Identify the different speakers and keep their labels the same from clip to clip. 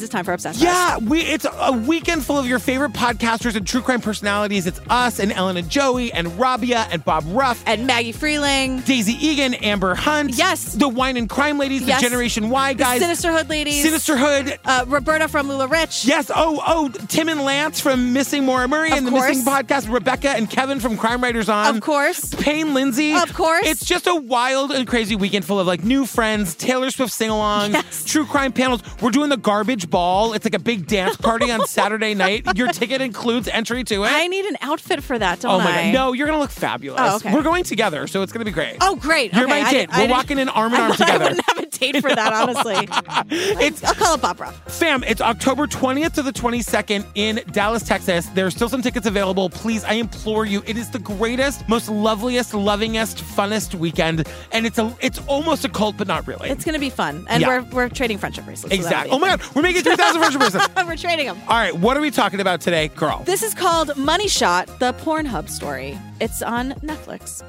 Speaker 1: It's time for Obsessed.
Speaker 2: Yeah, we it's a weekend full of your favorite podcasters and true crime personalities. It's us and Ellen and Joey and Rabia and Bob Ruff.
Speaker 1: And Maggie Freeling.
Speaker 2: Daisy Egan, Amber Hunt.
Speaker 1: Yes.
Speaker 2: The Wine and Crime Ladies,
Speaker 1: Yes.
Speaker 2: the Generation Y
Speaker 1: The
Speaker 2: guys.
Speaker 1: Sinisterhood ladies.
Speaker 2: Sinisterhood.
Speaker 1: uh, Roberta from Lula Rich.
Speaker 2: Yes. Oh, oh, Tim and Lance from Missing Maura Murray
Speaker 1: Of
Speaker 2: and the
Speaker 1: course.
Speaker 2: Missing Podcast. Rebecca and Kevin from Crime Writers On.
Speaker 1: Of course.
Speaker 2: Payne Lindsay.
Speaker 1: Of course.
Speaker 2: It's just a wild and crazy weekend full of like new friends, Taylor Swift sing alongs,
Speaker 1: Yes.
Speaker 2: true crime panels. We're doing the garbage ball. It's like a big dance party on Saturday night. Your ticket includes entry to it.
Speaker 1: I need an outfit for that, don't
Speaker 2: oh my
Speaker 1: I?
Speaker 2: god. No, you're gonna look fabulous.
Speaker 1: Oh, okay.
Speaker 2: We're going together, so it's gonna be great.
Speaker 1: Oh, great.
Speaker 2: You're
Speaker 1: okay,
Speaker 2: my
Speaker 1: I
Speaker 2: date.
Speaker 1: did- I
Speaker 2: We're
Speaker 1: didn't-
Speaker 2: walking in arm in
Speaker 1: I
Speaker 2: arm
Speaker 1: thought I
Speaker 2: together.
Speaker 1: wouldn't have a date for that, honestly.
Speaker 2: It's
Speaker 1: I'll call up Bob Ruff.
Speaker 2: Fam, it's October 20th to the 22nd in Dallas, Texas. There are still some tickets available. Please, I implore you. It is the greatest, most loveliest, lovingest, funnest weekend. And it's a it's almost a cult, but not really.
Speaker 1: It's going to be fun. And
Speaker 2: Yeah.
Speaker 1: we're, we're trading friendship bracelets. so that'll
Speaker 2: exactly.
Speaker 1: be
Speaker 2: Oh my
Speaker 1: fun.
Speaker 2: god, we're making 3,000 virtual person.
Speaker 1: We're trading them.
Speaker 2: All right, what are we talking about today, girl?
Speaker 1: This is called Money Shot, the Pornhub story. It's on Netflix.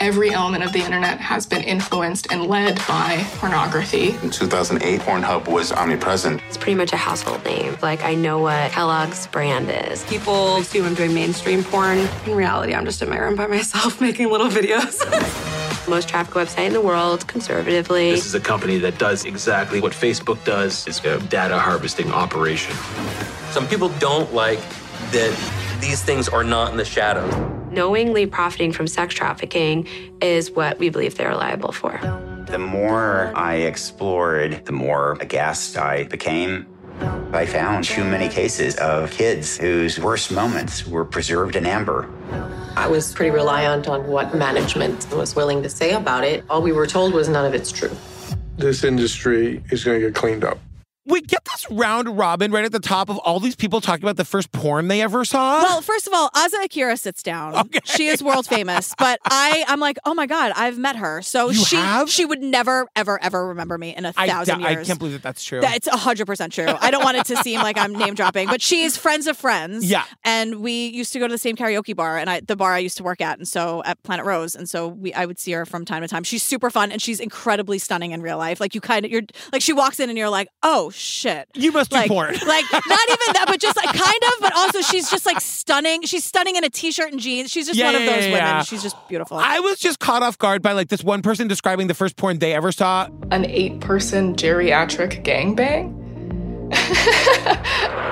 Speaker 3: Every element of the internet has been influenced and led by pornography.
Speaker 4: In 2008, Pornhub was omnipresent.
Speaker 5: It's pretty much a household name. Like, I know what Kellogg's brand is.
Speaker 6: People assume I'm doing mainstream porn. In reality, I'm just in my room by myself making little videos.
Speaker 5: Most traffic website in the world, conservatively.
Speaker 7: This is a company that does exactly what Facebook does. It's a data harvesting operation.
Speaker 8: Some people don't like that these things are not in the shadows.
Speaker 5: Knowingly profiting from sex trafficking is what we believe they're liable for.
Speaker 9: The more I explored, the more aghast I became. I found too many cases of kids whose worst moments were preserved in amber.
Speaker 6: I was pretty reliant on what management was willing to say about it. All we were told was none of it's true.
Speaker 10: this industry is going to get cleaned up.
Speaker 2: we get this round robin right at the top of all these people talking about the first porn they ever saw.
Speaker 1: Well, first of all, Aza Akira sits down. She is world famous, but I, I'm like, oh my god, I've met her. So
Speaker 2: You
Speaker 1: she,
Speaker 2: have?
Speaker 1: she would never, ever, ever remember me in a
Speaker 2: I,
Speaker 1: thousand
Speaker 2: I
Speaker 1: years.
Speaker 2: can't believe that that's true.
Speaker 1: That's hundred percent true. I don't want it to seem like I'm name dropping, but she is friends of friends.
Speaker 2: Yeah.
Speaker 1: and we used to go to the same karaoke bar, and I the bar I used to work at, and so at Planet Rose, and so we I would see her from time to time. She's super fun, and she's incredibly stunning in real life. Like you kind of you're like she walks in, and you're like, oh shit,
Speaker 2: you must do
Speaker 1: like,
Speaker 2: porn.
Speaker 1: like not even that, but just like kind of, but also she's just like stunning. She's stunning in a t-shirt and jeans. She's just
Speaker 2: Yeah,
Speaker 1: one of
Speaker 2: yeah,
Speaker 1: those
Speaker 2: yeah,
Speaker 1: women.
Speaker 2: yeah.
Speaker 1: She's just beautiful.
Speaker 2: I was just caught off guard by like this one person describing the first porn they ever saw.
Speaker 3: An eight person geriatric gangbang?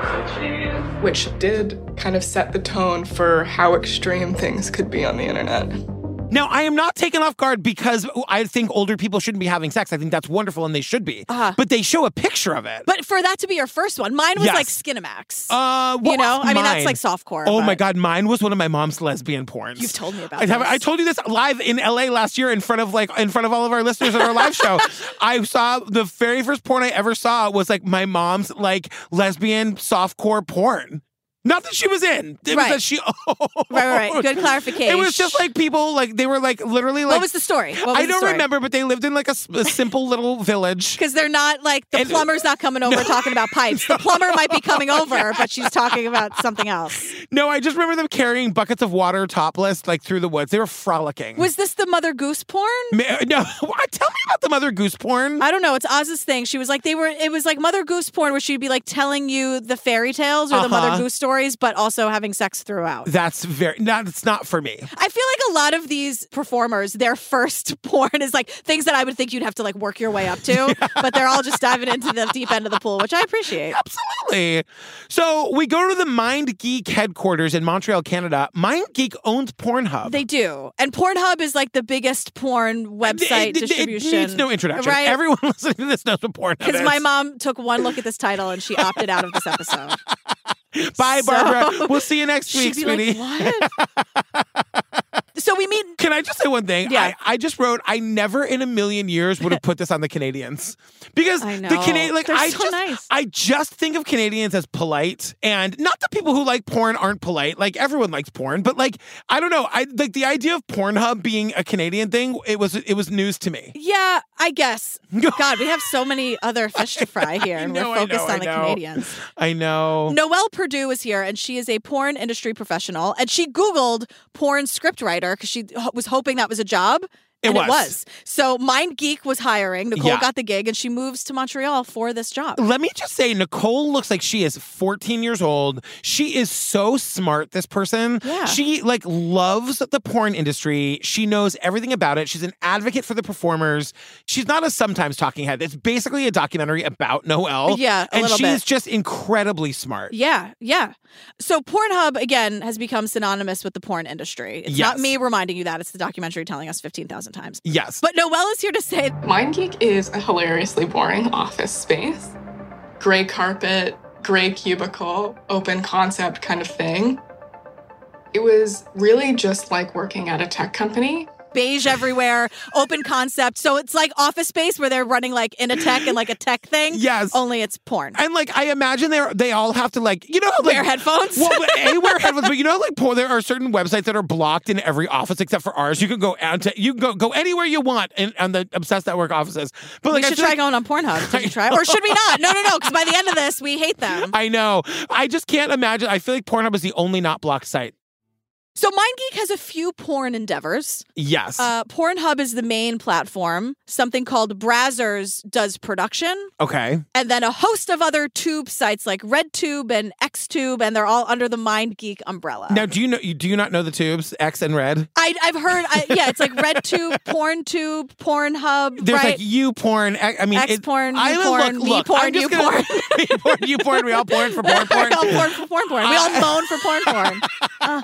Speaker 3: Which did kind of set the tone for how extreme things could be on the internet.
Speaker 2: Now, I am not taken off guard because I think older people shouldn't be having sex. I think that's wonderful and they should be. But they show a picture of it.
Speaker 1: Uh-huh. but for that to be your first one, mine was
Speaker 2: Yes.
Speaker 1: like Skinamax.
Speaker 2: uh, what
Speaker 1: you know,
Speaker 2: was
Speaker 1: I mean, that's
Speaker 2: mine?
Speaker 1: like softcore.
Speaker 2: Oh my
Speaker 1: but-
Speaker 2: God, mine was one of my mom's lesbian porns.
Speaker 1: You've told me about
Speaker 2: I, have-
Speaker 1: this.
Speaker 2: I told you this live in LA last year in front of like in front of all of our listeners at our live show. I saw the very first porn I ever saw was like my mom's like lesbian softcore porn. Not that she was in. It
Speaker 1: Right.
Speaker 2: was that she owned.
Speaker 1: right, right. Good clarification.
Speaker 2: It was just like people like they were like literally like
Speaker 1: what was the story? What was
Speaker 2: I don't remember, but they lived in like a, s- a simple little village.
Speaker 1: Because they're not like the
Speaker 2: And- uh,
Speaker 1: plumber's not coming over talking about pipes. The plumber might be coming over, but she's talking about something else.
Speaker 2: No, I just remember them carrying buckets of water topless like through the woods. They were frolicking.
Speaker 1: Was this the Mother Goose porn?
Speaker 2: Ma- no, what? tell me about the mother goose porn.
Speaker 1: I don't know. It's Oz's thing. She was like, they were, it was like Mother Goose porn where she'd be like telling you the fairy tales or the Mother
Speaker 2: Uh-huh.
Speaker 1: Goose stories, but also having sex throughout.
Speaker 2: That's very not. It's not for me.
Speaker 1: I feel like a lot of these performers, their first porn is like things that I would think you'd have to like work your way up to, but they're all just diving into the deep end of the pool, which I appreciate.
Speaker 2: Absolutely. So we go to the Mind Geek headquarters in Montreal, Canada. Mind Geek owns Pornhub.
Speaker 1: They do. And Pornhub is like the biggest porn website
Speaker 2: It- it-
Speaker 1: distribution.
Speaker 2: It needs no introduction.
Speaker 1: Right?
Speaker 2: Everyone listening to this knows what Pornhub is.
Speaker 1: because my mom took one look at this title and she opted out of this episode.
Speaker 2: Bye,
Speaker 1: So-
Speaker 2: Barbara. We'll see you next
Speaker 1: She'd
Speaker 2: week,
Speaker 1: be
Speaker 2: sweetie.
Speaker 1: like, "What?" so we meet.
Speaker 2: Can I just say one thing?
Speaker 1: Yeah.
Speaker 2: I, I just wrote, I never in a million years would have put this on the Canadians. Because
Speaker 1: I
Speaker 2: the
Speaker 1: know.
Speaker 2: Canadian like
Speaker 1: They're
Speaker 2: I
Speaker 1: so
Speaker 2: just
Speaker 1: nice.
Speaker 2: I just think of Canadians as polite and not that people who like porn aren't polite. Like everyone likes porn, but like I don't know. I like the idea of Pornhub being a Canadian thing, it was it was news to me.
Speaker 1: Yeah, I guess. God, we have so many other fish to fry here, and
Speaker 2: know,
Speaker 1: we're
Speaker 2: I know,
Speaker 1: focused
Speaker 2: I
Speaker 1: on the
Speaker 2: know.
Speaker 1: Canadians.
Speaker 2: I know.
Speaker 1: Noelle Purdue is here, and she is a porn industry professional. And she Googled porn scriptwriter because she ho- was hoping that was a job.
Speaker 2: It
Speaker 1: and
Speaker 2: was.
Speaker 1: it was. So Mind Geek was hiring. Nicole
Speaker 2: Yeah.
Speaker 1: got the gig and she moves to Montreal for this job.
Speaker 2: Let me just say, Nicole looks like she is 14 years old. She is so smart, this person.
Speaker 1: Yeah.
Speaker 2: She like loves the porn industry. She knows everything about it. She's an advocate for the performers. She's not a sometimes talking head. It's basically a documentary about Noel.
Speaker 1: Yeah, a
Speaker 2: And
Speaker 1: little
Speaker 2: she
Speaker 1: bit.
Speaker 2: is just incredibly smart.
Speaker 1: Yeah, yeah. So Pornhub again has become synonymous with the porn industry. It's not
Speaker 2: Yes.
Speaker 1: me reminding you that; it's the documentary telling us fifteen thousand times.
Speaker 2: Yes.
Speaker 1: But Noelle is here to say
Speaker 3: MindGeek is a hilariously boring office space. Gray carpet, gray cubicle, open concept kind of thing. It was really just like working at a tech company.
Speaker 1: beige everywhere, open concept. So it's like office space where they're running like in a tech and like a tech thing.
Speaker 2: Yes.
Speaker 1: Only it's porn.
Speaker 2: And like I imagine they they all have to like you know how, like,
Speaker 1: Wear headphones?
Speaker 2: Well, but a wear headphones, but you know like poor, there are certain websites that are blocked in every office except for ours. You can go out to you can go go anywhere you want in, on the Obsessed Network offices. But
Speaker 1: we
Speaker 2: like I
Speaker 1: should
Speaker 2: feel
Speaker 1: try
Speaker 2: like-
Speaker 1: going on Pornhub. Did you try? Or should we not? No, no, no. Because by the end of this, we hate them.
Speaker 2: I know. I just can't imagine. I feel like Pornhub is the only not blocked site.
Speaker 1: So MindGeek has a few porn endeavors.
Speaker 2: Yes.
Speaker 1: Uh, Pornhub is the main platform. Something called Brazzers does production.
Speaker 2: okay.
Speaker 1: and then a host of other tube sites like RedTube and XTube, and they're all under the Mind Geek umbrella.
Speaker 2: Now do you know you do you not know the tubes X and Red?
Speaker 1: I, I've heard, I, yeah, it's like RedTube, PornTube, Pornhub,
Speaker 2: There's
Speaker 1: right?
Speaker 2: like you porn. I I mean,
Speaker 1: X
Speaker 2: it-
Speaker 1: porn,
Speaker 2: I
Speaker 1: you
Speaker 2: look-
Speaker 1: porn,
Speaker 2: look,
Speaker 1: me
Speaker 2: look,
Speaker 1: porn,
Speaker 2: I'm just
Speaker 1: you
Speaker 2: gonna-
Speaker 1: porn.
Speaker 2: me porn, you porn. We all porn for porn, porn. Uh,
Speaker 1: we all Oh, porn for porn porn. We all moan for porn porn.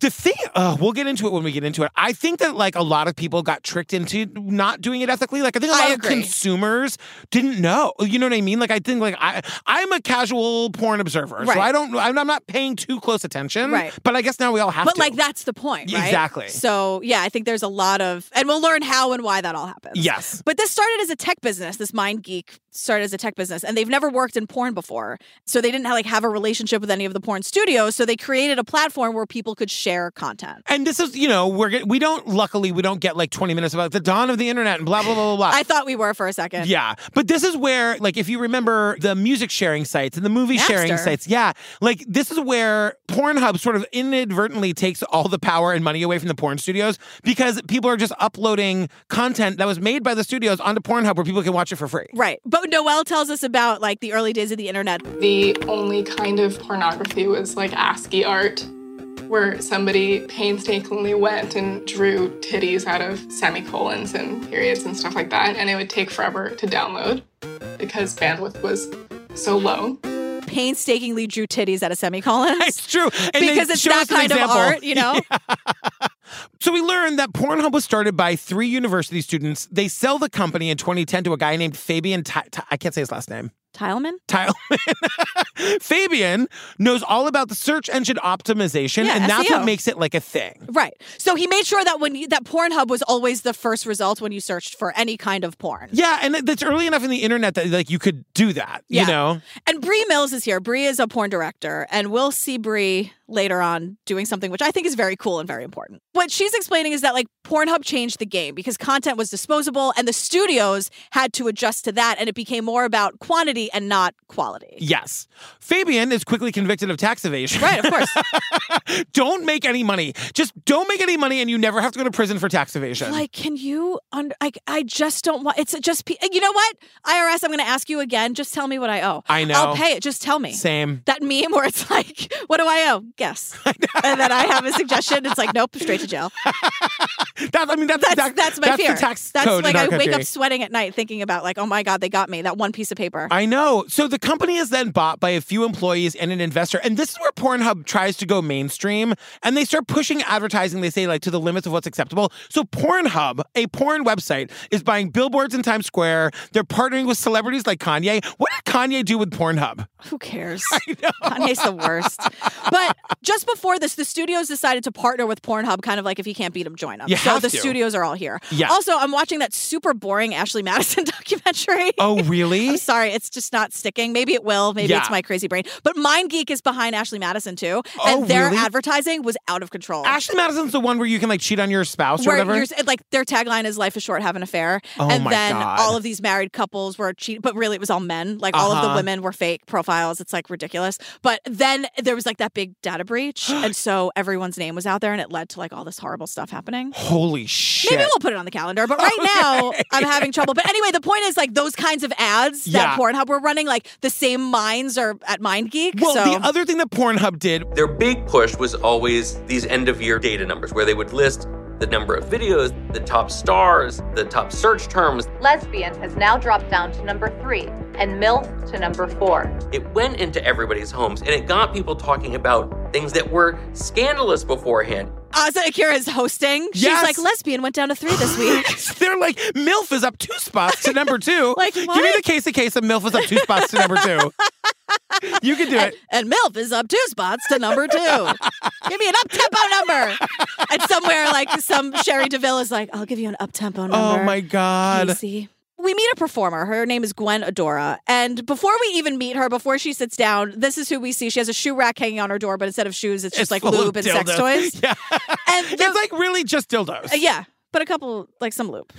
Speaker 2: The thing, uh, we'll get into it when we get into it. I think that like a lot of people got tricked into not doing it ethically. Like I think a
Speaker 1: I
Speaker 2: lot of
Speaker 1: agree.
Speaker 2: consumers didn't know. You know what I mean? Like I think like I I'm a casual porn observer,
Speaker 1: Right.
Speaker 2: so I don't I'm, I'm not paying too close attention.
Speaker 1: Right.
Speaker 2: But I guess now we all have
Speaker 1: But
Speaker 2: to.
Speaker 1: like, that's the point, right?
Speaker 2: Exactly.
Speaker 1: So, yeah, I think there's a lot of, and we'll learn how and why that all happens.
Speaker 2: Yes.
Speaker 1: But this started as a tech business. This Mind Geek started as a tech business, and they've never worked in porn before, so they didn't like have a relationship with any of the porn studios. So they created a platform where people could share content.
Speaker 2: And this is, you know, we're get, we don't luckily we don't get like 20 minutes about the dawn of the internet and blah blah blah blah blah.
Speaker 1: I thought we were for a second.
Speaker 2: Uh, Yeah. But this is where, like, if you remember the music sharing sites and the movie sharing
Speaker 1: Napster.
Speaker 2: sites, yeah. Like, this is where Pornhub sort of inadvertently takes all the power and money away from the porn studios because people are just uploading content that was made by the studios onto Pornhub where people can watch it for free.
Speaker 1: Right. But Noelle tells us about like the early days of the internet.
Speaker 3: The only kind of pornography was like ASCII art, where somebody painstakingly went and drew titties out of semicolons and periods and stuff like that, and it would take forever to download because bandwidth was so low.
Speaker 1: Painstakingly drew titties at a semicolon.
Speaker 2: It's true. And they
Speaker 1: Because it's
Speaker 2: show
Speaker 1: that
Speaker 2: us an
Speaker 1: kind of
Speaker 2: example.
Speaker 1: art, you know?
Speaker 2: So we learned that Pornhub was started by three university students. They sell the company in 2010 to a guy named Fabian. Ty- Ty- I can't say his last name.
Speaker 1: Tileman?
Speaker 2: Tileman. Fabian knows all about the search engine optimization,
Speaker 1: Yeah, E
Speaker 2: and that's
Speaker 1: SEO.
Speaker 2: what makes it like a thing.
Speaker 1: Right. So he made sure that when you, that Pornhub was always the first result when you searched for any kind of porn.
Speaker 2: Yeah, and it- that's early enough in the internet that like you could do that.
Speaker 1: Yeah.
Speaker 2: You know,
Speaker 1: And Brie Mills is here. Brie is a porn director, and we'll see Brie later on doing something which I think is very cool and very important. What she's explaining is that like Pornhub changed the game because content was disposable and the studios had to adjust to that and it became more about quantity and not quality.
Speaker 2: yes. Fabian is quickly convicted of tax evasion.
Speaker 1: Right, of course.
Speaker 2: don't make any money. Just don't make any money, and you never have to go to prison for tax evasion.
Speaker 1: like can you under like I just don't want it's just pe- you know what? IRS, I'm going to ask you again, just tell me what I owe.
Speaker 2: I know.
Speaker 1: I'll pay it, just tell me.
Speaker 2: Same.
Speaker 1: that meme where it's like, what do I owe? Guess. and then I have a suggestion. It's like, nope, straight to jail.
Speaker 2: That I mean, that's
Speaker 1: That's
Speaker 2: exact-
Speaker 1: that's my
Speaker 2: that's
Speaker 1: fear.
Speaker 2: The tax
Speaker 1: that's
Speaker 2: code
Speaker 1: like
Speaker 2: in our
Speaker 1: I wake
Speaker 2: country.
Speaker 1: up sweating at night thinking about like, oh my God, they got me. That one piece of paper.
Speaker 2: I know. So the company is then bought by a few employees and an investor. And this is where Pornhub tries to go mainstream and they start pushing advertising, they say, like to the limits of what's acceptable. So Pornhub, a porn website, is buying billboards in Times Square. They're partnering with celebrities like Kanye. What did Kanye do with Pornhub?
Speaker 1: Who cares? Kanye's the worst. But just before this, the studios decided to partner with Pornhub, kind of like if you can't beat them, join them.
Speaker 2: You
Speaker 1: so
Speaker 2: have
Speaker 1: the
Speaker 2: to.
Speaker 1: studios are all here.
Speaker 2: Yeah.
Speaker 1: Also, I'm watching that super boring Ashley Madison documentary.
Speaker 2: Oh, really?
Speaker 1: I'm sorry, it's just not sticking. Maybe it will. Maybe it's
Speaker 2: Yeah.
Speaker 1: my crazy brain. But Mind Geek is behind Ashley Madison too, and
Speaker 2: Oh,
Speaker 1: their
Speaker 2: really?
Speaker 1: advertising was out of control.
Speaker 2: Ashley Madison's the one where you can like cheat on your spouse or
Speaker 1: where
Speaker 2: whatever.
Speaker 1: you're s- like their tagline is "Life is short, have an affair,"
Speaker 2: Oh
Speaker 1: and
Speaker 2: my
Speaker 1: then
Speaker 2: God.
Speaker 1: all of these married couples were cheating, but really it was all men. Like all of the
Speaker 2: Uh-huh.
Speaker 1: women were fake profiles. It's like ridiculous. But then there was like that big data breach, and so everyone's name was out there, and it led to like all this horrible stuff happening.
Speaker 2: holy shit.
Speaker 1: Maybe we'll put it on the calendar, but right now I'm having trouble. But anyway, the point is like those kinds of ads
Speaker 2: Yeah.
Speaker 1: that Pornhub were running, like the same minds are at MindGeek.
Speaker 2: well,
Speaker 1: so
Speaker 2: the other thing that Pornhub did,
Speaker 8: Their big push was always these end of year data numbers where they would list the number of videos, the top stars, the top search terms.
Speaker 11: Lesbian has now dropped down to number three and MILF to number four.
Speaker 8: It went into everybody's homes and it got people talking about things that were scandalous beforehand.
Speaker 1: Asa Uh, Akira is hosting.
Speaker 2: Yes.
Speaker 1: She's like, lesbian went down to three this week.
Speaker 2: they're like, MILF is up two spots to number two. like, Give me the case of case of MILF is up two spots to number two. you can do it.
Speaker 1: and MILF is up two spots to number two. give me an up tempo number. And somewhere like some Sherry DeVille is like, I'll give you an up tempo number.
Speaker 2: Oh my God.
Speaker 1: Casey. We meet a performer. Her name is Gwen Adora. And before we even meet her, before she sits down, this is who we see. She has a shoe rack hanging on her door, but instead of shoes, it's just
Speaker 2: It's
Speaker 1: like
Speaker 2: full of
Speaker 1: lube and sex
Speaker 2: dildos.
Speaker 1: toys.
Speaker 2: Yeah.
Speaker 1: And the-
Speaker 2: It's like really just dildos.
Speaker 1: uh, yeah, but a couple, like some lube.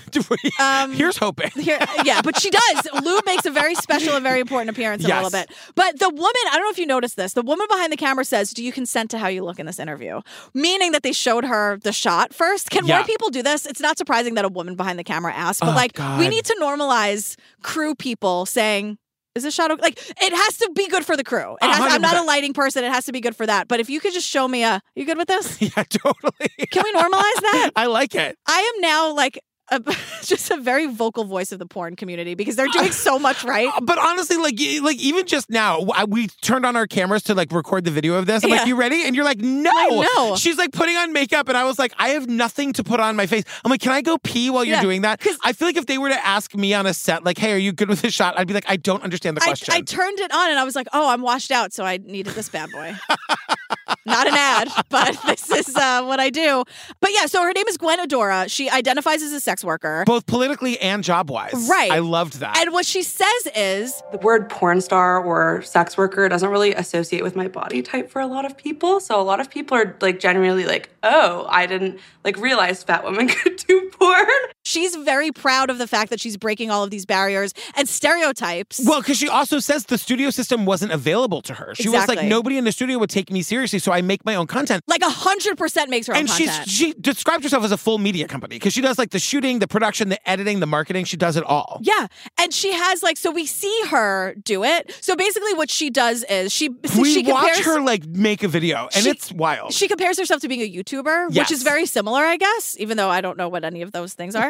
Speaker 1: Um,
Speaker 2: Here's hoping.
Speaker 1: here, yeah, but she does. Lou makes a very special and very important appearance in
Speaker 2: Yes.
Speaker 1: a little bit. But the woman, I don't know if you noticed this, the woman behind the camera says, Do you consent to how you look in this interview? Meaning that they showed her the shot first. Can
Speaker 2: Yeah.
Speaker 1: more people do this? It's not surprising that a woman behind the camera asks, but
Speaker 2: Oh,
Speaker 1: like, we
Speaker 2: God.
Speaker 1: need to normalize crew people saying, is this shot okay? Like, it has to be good for the crew. It has to- I'm not a
Speaker 2: 100%.
Speaker 1: lighting person. It has to be good for that. But if you could just show me a, you good with this?
Speaker 2: Yeah, totally.
Speaker 1: Can we normalize that?
Speaker 2: I like it.
Speaker 1: I am now like a, just a very vocal voice of the porn community because they're doing so much right.
Speaker 2: Uh, But honestly, like, y- like even just now, w- I- we turned on our cameras to like record the video of this. I'm like,
Speaker 1: Yeah.
Speaker 2: "You ready?" And you're like, "No."
Speaker 1: I know.
Speaker 2: She's like putting on makeup, and I was like, "I have nothing to put on my face." I'm like, "Can I go pee while you're
Speaker 1: Yeah,
Speaker 2: doing that?" I feel like if they were to ask me on a set, like, "Hey, are you good with this shot?" I'd be like, "I don't understand the
Speaker 1: I,
Speaker 2: question."
Speaker 1: I turned it on and I was like, oh, I'm washed out, so I needed this bad boy. Not an ad, but this is uh, what I do. But yeah, so her name is Gwen Adora. She identifies as a sex worker.
Speaker 2: Both politically and job wise,
Speaker 1: Right.
Speaker 2: I loved that.
Speaker 1: And what she says is,
Speaker 12: The word porn star or sex worker doesn't really associate with my body type for a lot of people. So a lot of people are like genuinely like, oh, I didn't like realize fat women could do porn.
Speaker 1: she's very proud of the fact that she's breaking all of these barriers and stereotypes.
Speaker 2: Well, because she also says the studio system wasn't available to her. She was like,
Speaker 1: Exactly.
Speaker 2: nobody in the studio would take me seriously, so I make my own content.
Speaker 1: like 100% makes her own
Speaker 2: and she's
Speaker 1: content.
Speaker 2: she described herself as a full media company because she does like the shooting, the production, the editing, the marketing. She does it all.
Speaker 1: Yeah. And she has like so we see her do it. So basically what she does is she
Speaker 2: we
Speaker 1: she
Speaker 2: watch
Speaker 1: compares
Speaker 2: her like make a video, and
Speaker 1: She-
Speaker 2: it's wild.
Speaker 1: she compares herself to being a YouTuber,
Speaker 2: Yes.
Speaker 1: which is very similar, I guess, even though I don't know what any of those things are.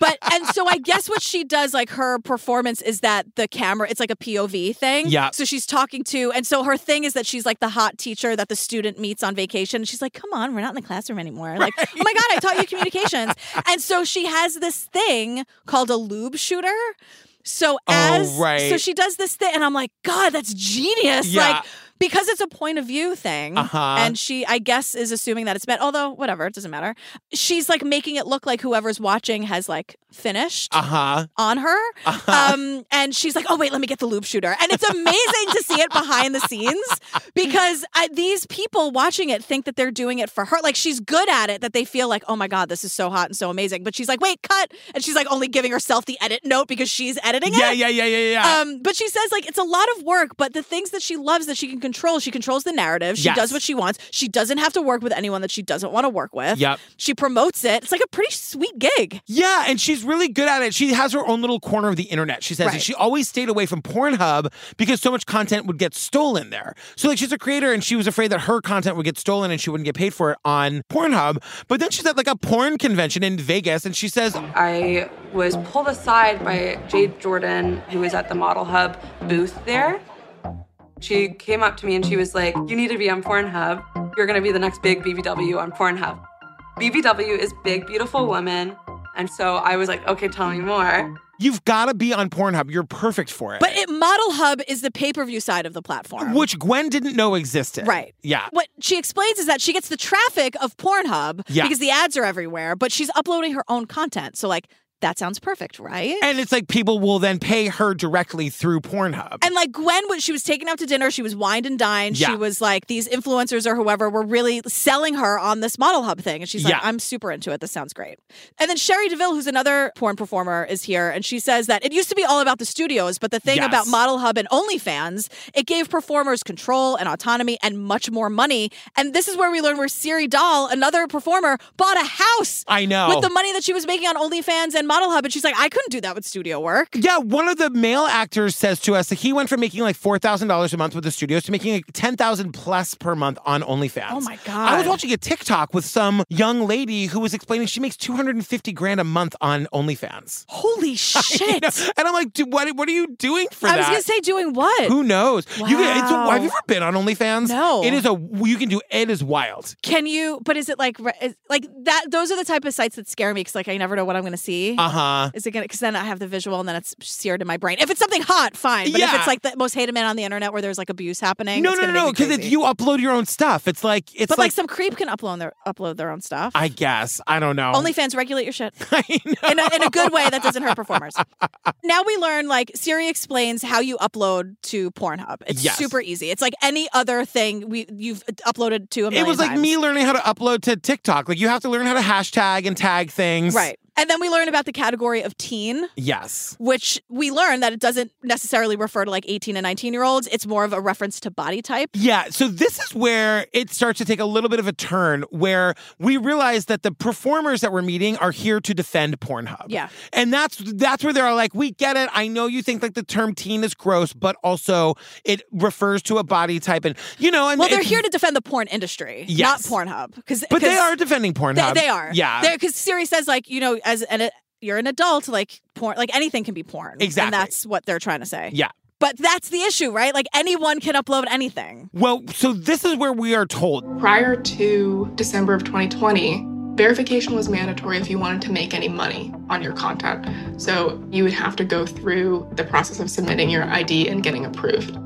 Speaker 1: but and so I guess what she does, like her performance is that the camera, it's like a POV thing.
Speaker 2: Yeah.
Speaker 1: So she's talking to, and so her thing is that she's like the hot teacher that the student meets on vacation. She's like, come on, we're not in the classroom anymore. Like, oh my God, I taught you communications. and so she has this thing called a lube shooter. So as
Speaker 2: Oh, right.
Speaker 1: so she does this thing, and I'm like, God, that's genius.
Speaker 2: Yeah.
Speaker 1: Like because it's a point of view thing
Speaker 2: Uh-huh.
Speaker 1: and she i guess is assuming that it's meant although whatever it doesn't matter she's like making it look like whoever's watching has like finished
Speaker 2: Uh huh.
Speaker 1: on her um and she's like oh wait let me get the loop shooter and it's amazing to see it behind the scenes because I, these people watching it think that they're doing it for her like she's good at it that they feel like oh my god this is so hot and so amazing but she's like wait cut and she's like only giving herself the edit note because she's editing it
Speaker 2: Yeah, yeah, yeah, yeah, yeah.
Speaker 1: um, but she says like it's a lot of work, but the things that she loves that she can control, she controls the narrative. She
Speaker 2: Yes.
Speaker 1: does what she wants. She doesn't have to work with anyone that she doesn't want to work with.
Speaker 2: Yep.
Speaker 1: She promotes it. It's like a pretty sweet gig.
Speaker 2: Yeah, and she's really good at it. She has her own little corner of the internet. She says and
Speaker 1: Right.
Speaker 2: she always stayed away from Pornhub because so much content would get stolen there. So like she's a creator and she was afraid that her content would get stolen and she wouldn't get paid for it on Pornhub. But then she's at like a porn convention in Vegas and she says,
Speaker 12: I was pulled aside by Jade Jordan, who was at the Model Hub booth there. She came up to me and she was like, You need to be on Pornhub. You're going to be the next big BBW on Pornhub. BBW is Big Beautiful Woman. And so I was like, Okay, tell me more.
Speaker 2: "You've got to be on Pornhub. You're perfect for it."
Speaker 1: But it Model Hub is the pay per view side of the platform.
Speaker 2: which Gwen didn't know existed.
Speaker 1: Right.
Speaker 2: Yeah.
Speaker 1: What she explains is that she gets the traffic of Pornhub
Speaker 2: Yeah.
Speaker 1: because the ads are everywhere, but she's uploading her own content. So like that sounds perfect, right?
Speaker 2: And it's like people will then pay her directly through Pornhub.
Speaker 1: And like Gwen, when she was taken out to dinner, she was wined and dined.
Speaker 2: Yeah.
Speaker 1: She was like, these influencers or whoever were really selling her on this model hub thing. And she's like,
Speaker 2: Yeah.
Speaker 1: I'm super into it. This sounds great. And then Sherry DeVille, who's another porn performer, is here. And she says that it used to be all about the studios, but the thing
Speaker 13: Yes.
Speaker 1: about Model Hub and OnlyFans, it gave performers control and autonomy and much more money. And this is where we learn where Siri Dahl, another performer, bought a house.
Speaker 2: I know.
Speaker 1: With the money that she was making on OnlyFans and Model Hub. And she's like, I couldn't do that with studio work.
Speaker 2: Yeah, one of the male actors says to us that he went from making like four thousand dollars a month with the studios to making like ten thousand plus per month on OnlyFans.
Speaker 1: Oh my God.
Speaker 2: I was watching a TikTok with some young lady who was explaining she makes two hundred and fifty grand a month on OnlyFans.
Speaker 1: Holy shit.
Speaker 2: And I'm like, dude, what, what are you doing for
Speaker 1: I
Speaker 2: that?
Speaker 1: was going to say, doing what?
Speaker 2: Who knows? You can, it's
Speaker 1: Wow.
Speaker 2: have you ever been on OnlyFans?
Speaker 1: No.
Speaker 2: It is a you can do it is wild.
Speaker 1: Can you? But is it like re- is, like that? Those are the type of sites that scare me because like I never know what I'm going to see.
Speaker 2: Uh-huh.
Speaker 1: Is it gonna? Because then I have the visual and then it's seared in my brain. If it's something hot, fine. But if
Speaker 2: Yeah.
Speaker 1: it's like the most hated man on the internet where there's like abuse happening,
Speaker 2: No,
Speaker 1: it's
Speaker 2: no,
Speaker 1: gonna
Speaker 2: no,
Speaker 1: make
Speaker 2: no,
Speaker 1: me
Speaker 2: because
Speaker 1: crazy.
Speaker 2: you upload your own stuff. It's like it's
Speaker 1: but like, some creep can upload their upload their own stuff.
Speaker 2: I guess I don't know.
Speaker 1: OnlyFans regulate your shit in a in a good way that doesn't hurt performers. now we learn like Siri explains how you upload to Pornhub. It's
Speaker 2: Yes.
Speaker 1: super easy. It's like any other thing we you've uploaded to. A
Speaker 2: It
Speaker 1: million
Speaker 2: was like
Speaker 1: times.
Speaker 2: me learning how to upload to TikTok. Like you have to learn how to hashtag and tag things.
Speaker 1: Right. And then we learn about the category of teen,
Speaker 2: Yes.
Speaker 1: which we learn that it doesn't necessarily refer to like 18 and 19 year olds. It's more of a reference to body type.
Speaker 2: Yeah, so this is where it starts to take a little bit of a turn where we realize that the performers that we're meeting are here to defend Pornhub.
Speaker 1: Yeah.
Speaker 2: And that's that's where they're like, we get it. I know you think like the term teen is gross, but also it refers to a body type and you know, and
Speaker 1: well, they're
Speaker 2: it's-
Speaker 1: here to defend the porn industry,
Speaker 2: Yes.
Speaker 1: not Pornhub. Because
Speaker 2: But they are defending
Speaker 1: They,
Speaker 2: Pornhub.
Speaker 1: they are.
Speaker 2: Yeah.
Speaker 1: Because Siri says like you know as an you're an adult like porn like anything can be porn.
Speaker 2: Exactly.
Speaker 1: And that's what they're trying to say.
Speaker 2: yeah.
Speaker 1: But that's the issue, right? Like anyone can upload anything.
Speaker 2: Well, so this is where we are told
Speaker 3: Prior to December of 2020, verification was mandatory if you wanted to make any money on your content. So you would have to go through the process of submitting your ID and getting approved.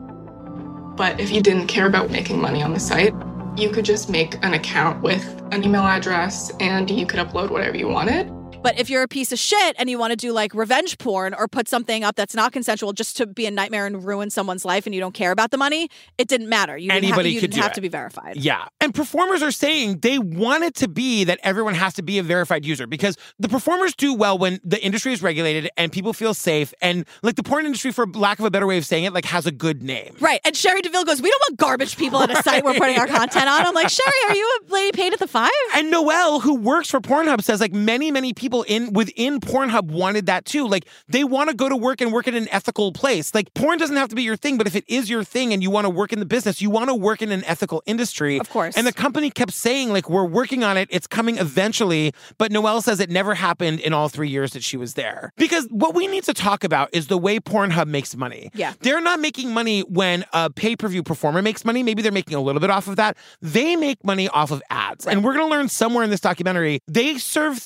Speaker 3: But if you didn't care about making money on the site, you could just make an account with an email address and you could upload whatever you wanted.
Speaker 1: But if you're a piece of shit and you want to do like revenge porn or put something up that's not consensual just to be a nightmare and ruin someone's life and you don't care about the money, it didn't matter. You didn't
Speaker 2: Anybody
Speaker 1: have, you
Speaker 2: could
Speaker 1: didn't
Speaker 2: do
Speaker 1: have
Speaker 2: it.
Speaker 1: to be verified.
Speaker 2: Yeah. And performers are saying they want it to be that everyone has to be a verified user because the performers do well when the industry is regulated and people feel safe. And like the porn industry, for lack of a better way of saying it, like has a good name.
Speaker 1: Right. And Sherry DeVille goes, We don't want garbage people at a site we're putting our content on. I'm like, Sherry, are you a lady paid at the five?
Speaker 2: And Noelle, who works for Pornhub, says like many, many people in within Pornhub wanted that too. Like they want to go to work and work at an ethical place. Like porn doesn't have to be your thing, but if it is your thing and you want to work in the business, you want to work in an ethical industry. Of
Speaker 1: course.
Speaker 2: And the company kept saying like we're working on it, it's coming eventually. But Noelle says it never happened in all three years that she was there. Because what we need to talk about is the way Pornhub makes money.
Speaker 1: Yeah.
Speaker 2: They're not making money when a pay per view performer makes money. Maybe they're making a little bit off of that. They make money off of ads. And we're going to learn somewhere in this documentary, they serve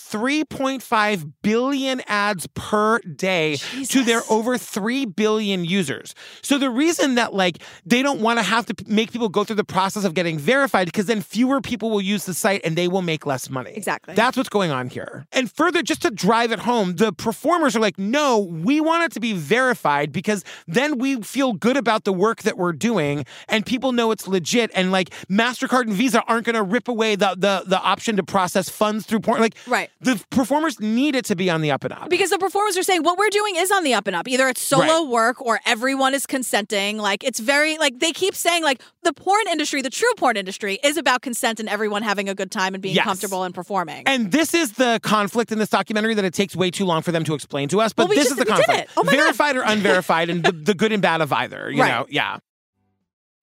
Speaker 2: 3.5 billion ads per day to their over 3 billion users. So the reason that, like, they don't want to have to p- make people go through the process of getting verified because then fewer people will use the site and they will make less money.
Speaker 1: Exactly.
Speaker 2: That's what's going on here. And further, just to drive it home, the performers are like, no, we want it to be verified because then we feel good about the work that we're doing and people know it's legit. And like MasterCard and Visa aren't going to rip away the, the, the option to process funds through porn. Like,
Speaker 1: Right.
Speaker 2: the performers need it to be on the up and up.
Speaker 1: Because the performers are saying what we're doing is on the up and up. Either it's solo
Speaker 2: Right.
Speaker 1: work or everyone is consenting. Like it's very like they keep saying like the porn industry, the true porn industry, is about consent and everyone having a good time and being
Speaker 2: Yes.
Speaker 1: comfortable and performing.
Speaker 2: And this is the conflict in this documentary that it takes way too long for them to explain to us. But
Speaker 1: Well, we
Speaker 2: this
Speaker 1: just-
Speaker 2: is the
Speaker 1: we did it.
Speaker 2: conflict.
Speaker 1: Oh my God.
Speaker 2: verified or unverified, and the, the good and bad of either. You
Speaker 1: Right.
Speaker 2: know, yeah.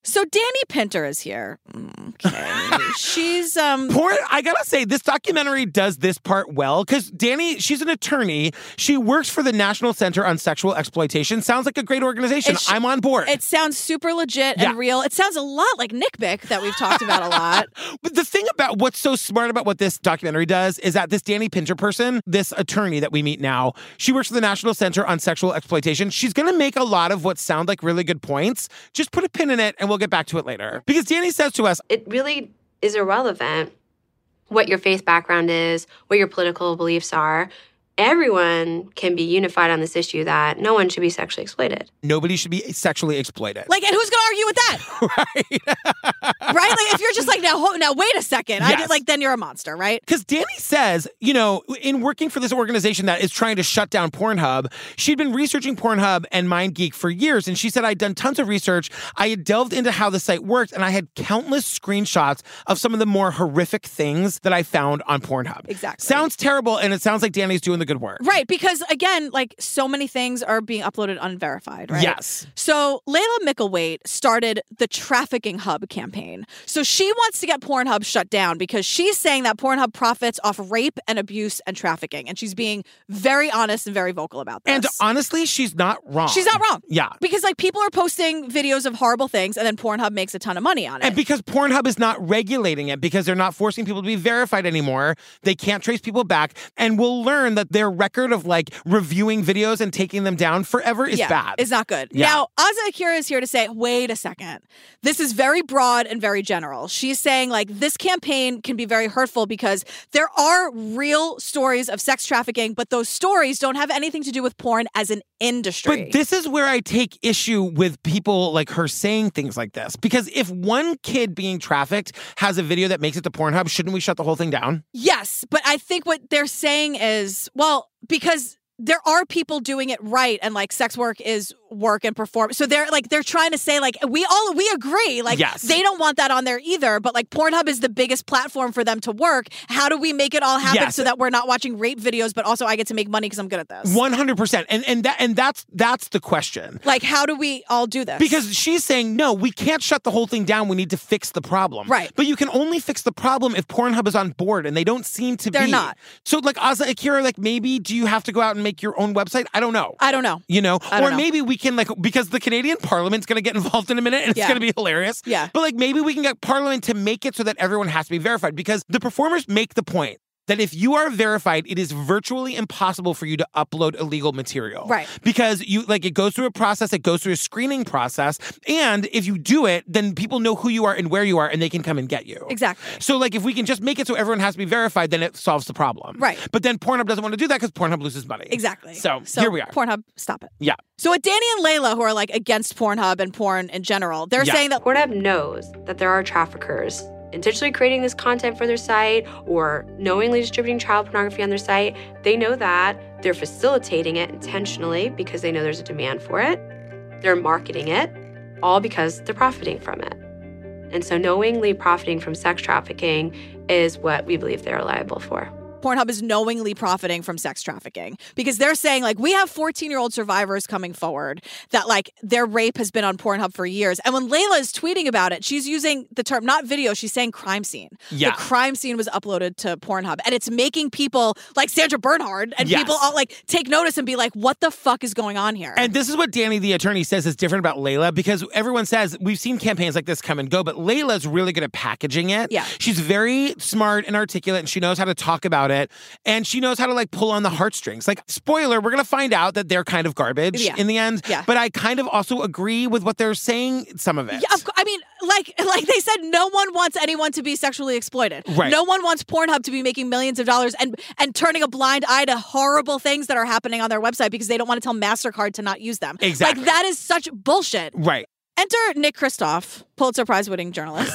Speaker 1: So Danny Pinter is here. Mm, Okay. She's um
Speaker 2: Poor, I gotta say, this documentary does this part well because Danny, she's an attorney. She works for the National Center on Sexual Exploitation. Sounds like a great organization.
Speaker 1: It sh-
Speaker 2: I'm on board.
Speaker 1: It sounds super legit
Speaker 2: Yeah.
Speaker 1: and real. It sounds a lot like Nick Bick that we've talked about a lot.
Speaker 2: But the thing about what's so smart about what this documentary does is that this Danny Pinter person, this attorney that we meet now, she works for the National Center on Sexual Exploitation. She's going to make a lot of what sound like really good points. Just put a pin in it and we'll get back to it later. Because Danny says to us,
Speaker 5: It really is irrelevant what your faith background is, what your political beliefs are. everyone can be unified on this issue that no one should be sexually exploited.
Speaker 2: Nobody should be sexually exploited.
Speaker 1: Like, and who's going to argue with that? right. right? Like, if you're just like, now, ho- now wait a second. I
Speaker 2: Yes.
Speaker 1: did, like, then you're a monster, right?
Speaker 2: Because Danny says, you know, in working for this organization that is trying to shut down Pornhub, she'd been researching Pornhub and MindGeek for years. And she said, I'd done tons of research. I had delved into how the site worked, and I had countless screenshots of some of the more horrific things that I found on Pornhub.
Speaker 1: Exactly.
Speaker 2: Sounds terrible, and it sounds like Danny's doing the good work.
Speaker 1: Right, because again, like so many things are being uploaded unverified, right?
Speaker 2: Yes.
Speaker 1: So Layla Micklewaite started the Trafficking Hub campaign. So she wants to get Pornhub shut down because she's saying that Pornhub profits off rape and abuse and trafficking. And she's being very honest and very vocal about this.
Speaker 2: And honestly, she's not wrong.
Speaker 1: She's not wrong.
Speaker 2: Yeah.
Speaker 1: Because like people are posting videos of horrible things and then Pornhub makes a ton of money on it.
Speaker 2: And because Pornhub is not regulating it, because they're not forcing people to be verified anymore, they can't trace people back. And we'll learn that their record of like reviewing videos and taking them down forever is
Speaker 1: yeah,
Speaker 2: bad.
Speaker 1: It's not good.
Speaker 2: Yeah.
Speaker 1: Now, Aza Akira is here to say, wait a second. This is very broad and very general. She's saying, like, this campaign can be very hurtful because there are real stories of sex trafficking, but those stories don't have anything to do with porn as an industry.
Speaker 2: But this is where I take issue with people like her saying things like this. Because if one kid being trafficked has a video that makes it to Pornhub, shouldn't we shut the whole thing down?
Speaker 1: Yes, but I think what they're saying is, well, because there are people doing it right and like sex work is work and perform. So they're like they're trying to say like we all we agree like
Speaker 13: Yes.
Speaker 1: they don't want that on there either, but like Pornhub is the biggest platform for them to work. How do we make it all happen
Speaker 2: Yes.
Speaker 1: so that we're not watching rape videos but also I get to make money cuz I'm good at this?
Speaker 2: One hundred percent. And and that and that's that's the question.
Speaker 1: Like how do we all do this?
Speaker 2: Because she's saying, no, we can't shut the whole thing down. We need to fix the problem.
Speaker 1: Right.
Speaker 2: But you can only fix the problem if Pornhub is on board, and they don't seem to
Speaker 1: They're
Speaker 2: be.
Speaker 1: not.
Speaker 2: So, like, Aza Akira, like, maybe do you have to go out and make your own website? I don't know.
Speaker 1: I don't know.
Speaker 2: you know,
Speaker 1: I
Speaker 2: or
Speaker 1: don't know.
Speaker 2: maybe we can like because the Canadian Parliament's going to get involved in a minute and it's
Speaker 1: Yeah.
Speaker 2: going to be hilarious.
Speaker 1: Yeah.
Speaker 2: But like maybe we can get Parliament to make it so that everyone has to be verified because the performers make the point that if you are verified, it is virtually impossible for you to upload illegal material.
Speaker 1: Right.
Speaker 2: Because you like it goes through a process, it goes through a screening process, and if you do it, then people know who you are and where you are and they can come and get you.
Speaker 1: Exactly.
Speaker 2: So like if we can just make it so everyone has to be verified, then it solves the problem.
Speaker 1: Right.
Speaker 2: But then Pornhub doesn't want to do that because Pornhub loses money.
Speaker 1: Exactly.
Speaker 2: So, here we are.
Speaker 1: Pornhub, stop it.
Speaker 2: yeah.
Speaker 1: So with Danny and Layla who are like against Pornhub and porn in general, they're saying that
Speaker 5: Pornhub knows that there are traffickers intentionally creating this content for their site or knowingly distributing child pornography on their site. They know that. They're facilitating it intentionally because they know there's a demand for it. They're marketing it, all because they're profiting from it. And so, knowingly profiting from sex trafficking is what we believe they're liable for.
Speaker 1: Pornhub is knowingly profiting from sex trafficking because they're saying like we have 14 year old survivors coming forward that like their rape has been on Pornhub for years. And when Layla is tweeting about it, she's using the term not video, she's saying crime scene.
Speaker 13: Yeah.
Speaker 1: The crime scene was uploaded to Pornhub and it's making people like Sandra Bernhard and
Speaker 2: Yes.
Speaker 1: people all like take notice and be like, what the fuck is going on here?
Speaker 2: And this is what Danny the attorney says is different about Layla because everyone says we've seen campaigns like this come and go, but Layla's really good at packaging it.
Speaker 1: Yeah.
Speaker 2: She's very smart and articulate and she knows how to talk about it and she knows how to like pull on the heartstrings. Like, spoiler, we're going to find out that they're kind of garbage
Speaker 1: Yeah.
Speaker 2: in the end.
Speaker 1: Yeah.
Speaker 2: But I kind of also agree with what they're saying, some of it.
Speaker 1: Yeah, of cou- I mean, like, like they said, no one wants anyone to be sexually exploited.
Speaker 2: Right.
Speaker 1: No one wants Pornhub to be making millions of dollars and and turning a blind eye to horrible things that are happening on their website because they don't want to tell Mastercard to not use them.
Speaker 2: Exactly.
Speaker 1: Like that is such bullshit.
Speaker 2: Right.
Speaker 1: Enter Nick Kristoff, Pulitzer Prize winning journalist.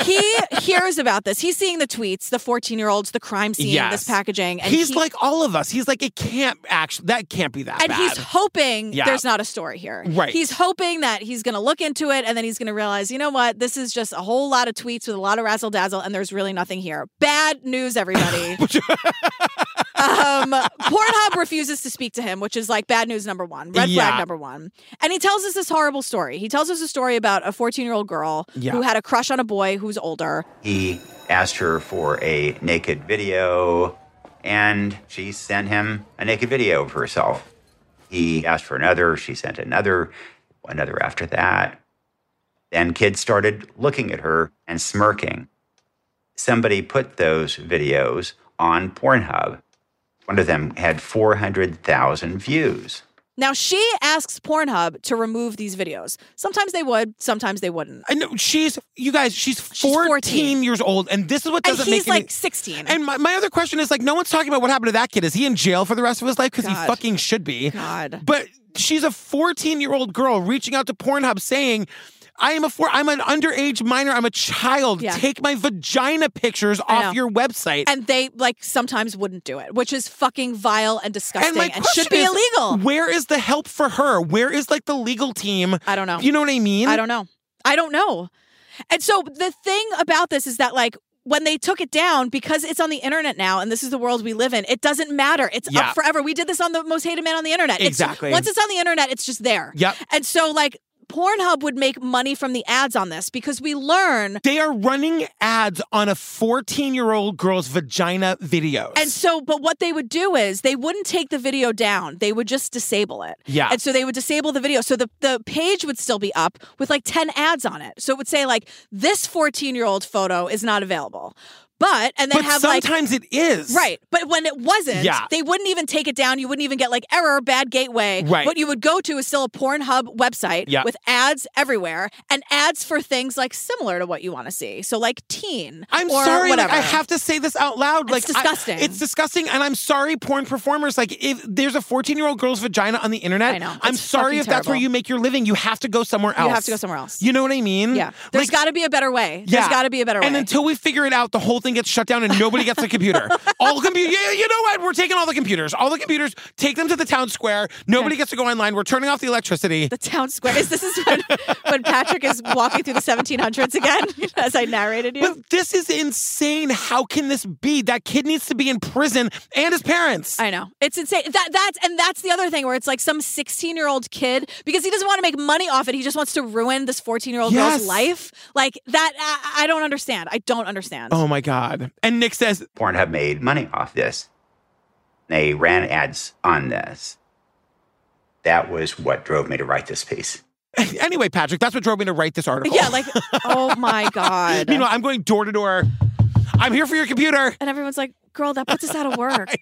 Speaker 1: he hears about this. He's seeing the tweets, the 14 year olds, the crime scene,
Speaker 2: Yes.
Speaker 1: this packaging. And
Speaker 2: He's
Speaker 1: he-
Speaker 2: like all of us. He's like, it can't actually, that can't be that
Speaker 1: and
Speaker 2: bad.
Speaker 1: he's hoping
Speaker 2: Yeah.
Speaker 1: there's not a story here.
Speaker 2: Right.
Speaker 1: He's hoping that he's going to look into it and then he's going to realize, you know what, this is just a whole lot of tweets with a lot of razzle dazzle, and there's really nothing here. Bad news, everybody. um, Pornhub refuses to speak to him, which is like bad news number one, red
Speaker 13: Yeah.
Speaker 1: flag number one. And he tells us this horrible story. He tells us a story about a 14 year old girl
Speaker 9: Yeah.
Speaker 1: who had a crush on a boy who's older.
Speaker 9: He asked her for a naked video, and she sent him a naked video of herself. He asked for another, she sent another, another after that. Then kids started looking at her and smirking. Somebody put those videos on Pornhub. One of them had 400,000 views.
Speaker 1: Now she asks Pornhub to remove these videos. Sometimes they would, sometimes they wouldn't.
Speaker 2: I know she's you guys. She's 14, years old, and this is what
Speaker 1: And
Speaker 2: doesn't make
Speaker 1: he's like
Speaker 2: any-
Speaker 1: 16.
Speaker 2: And my, my other question is like, no one's talking about what happened to that kid. Is he in jail for the rest of his life? Because he
Speaker 1: God.
Speaker 2: fucking should be.
Speaker 1: God.
Speaker 2: But she's a 14 year old girl reaching out to Pornhub saying, I am a four, I'm an underage minor. I'm a child.
Speaker 1: Yeah.
Speaker 2: Take my vagina pictures
Speaker 1: I know.
Speaker 2: off your website.
Speaker 1: And they like sometimes wouldn't do it, which is fucking vile and disgusting
Speaker 2: my
Speaker 1: and, should
Speaker 2: question
Speaker 1: be
Speaker 2: is,
Speaker 1: illegal.
Speaker 2: Where is the help for her? Where is like the legal team?
Speaker 1: I don't know.
Speaker 2: You know what I mean?
Speaker 1: I don't know. I don't know. And so the thing about this is that like when they took it down because it's on the internet now and this is the world we live in, it doesn't matter. It's
Speaker 2: Yeah.
Speaker 1: up forever. We did this on the most hated man on the internet. It's-
Speaker 2: Exactly.
Speaker 1: once it's on the internet, it's just there.
Speaker 2: Yep.
Speaker 1: And so like Pornhub would make money from the ads on this because we learn
Speaker 2: They are running ads on a 14 year old girl's vagina videos.
Speaker 1: And so, but what they would do is they wouldn't take the video down. They would just disable it.
Speaker 2: Yeah.
Speaker 1: And so they would disable the video. So the, the page would still be up with like 10 ads on it. So it would say like, this 14 year old photo is not available. But, and then
Speaker 2: but
Speaker 1: have like.
Speaker 2: sometimes it is.
Speaker 1: Right. But when it wasn't,
Speaker 2: Yeah.
Speaker 1: they wouldn't even take it down. You wouldn't even get like error, bad gateway.
Speaker 2: Right.
Speaker 1: What you would go to is still a Pornhub website
Speaker 2: Yeah.
Speaker 1: with ads everywhere and ads for things like similar to what you want to see. So like teen.
Speaker 2: I'm
Speaker 1: or
Speaker 2: sorry. like,
Speaker 1: Whatever.
Speaker 2: I have to say this out loud.
Speaker 1: It's
Speaker 2: like I-
Speaker 1: disgusting.
Speaker 2: it's disgusting, and I'm sorry, porn performers. Like, if there's a 14 year old girl's vagina on the internet,
Speaker 1: I know.
Speaker 2: am
Speaker 1: It's
Speaker 2: sorry
Speaker 1: fucking
Speaker 2: if that's where
Speaker 1: terrible.
Speaker 2: you make your living. You have to go somewhere else.
Speaker 1: You have to go somewhere else.
Speaker 2: You know what I mean?
Speaker 1: Yeah. There's
Speaker 2: Mm-hmm. like,
Speaker 1: got to be a better way. There's
Speaker 2: Yeah.
Speaker 1: got to be a better way.
Speaker 2: and until we figure it out, the whole thing gets shut down and nobody gets a computer. all computer. Yeah, you know what? We're taking all the computers. All the computers. Take them to the town square. Nobody gets to go online. We're turning off the electricity.
Speaker 1: the town square is this is when, when Patrick is walking through the 1700s again, as I narrated you.
Speaker 2: But this is insane. How can this be? That kid needs to be in prison and his parents.
Speaker 1: I know it's insane. That that's and that's the other thing where it's like some 16 year old kid because he doesn't want to make money off it. He just wants to ruin this 14 year old
Speaker 2: Yes.
Speaker 1: girl's life. Like that, I, I don't understand. I don't understand.
Speaker 2: Oh my God. And Nick says,
Speaker 9: Pornhub made money off this. They ran ads on this. That was what drove me to write this piece.
Speaker 2: anyway, Patrick, that's what drove me to write this article.
Speaker 1: Yeah, like oh my god.
Speaker 2: Meanwhile, I'm going door to door. I'm here for your computer.
Speaker 1: and everyone's like, girl, that puts us out of work.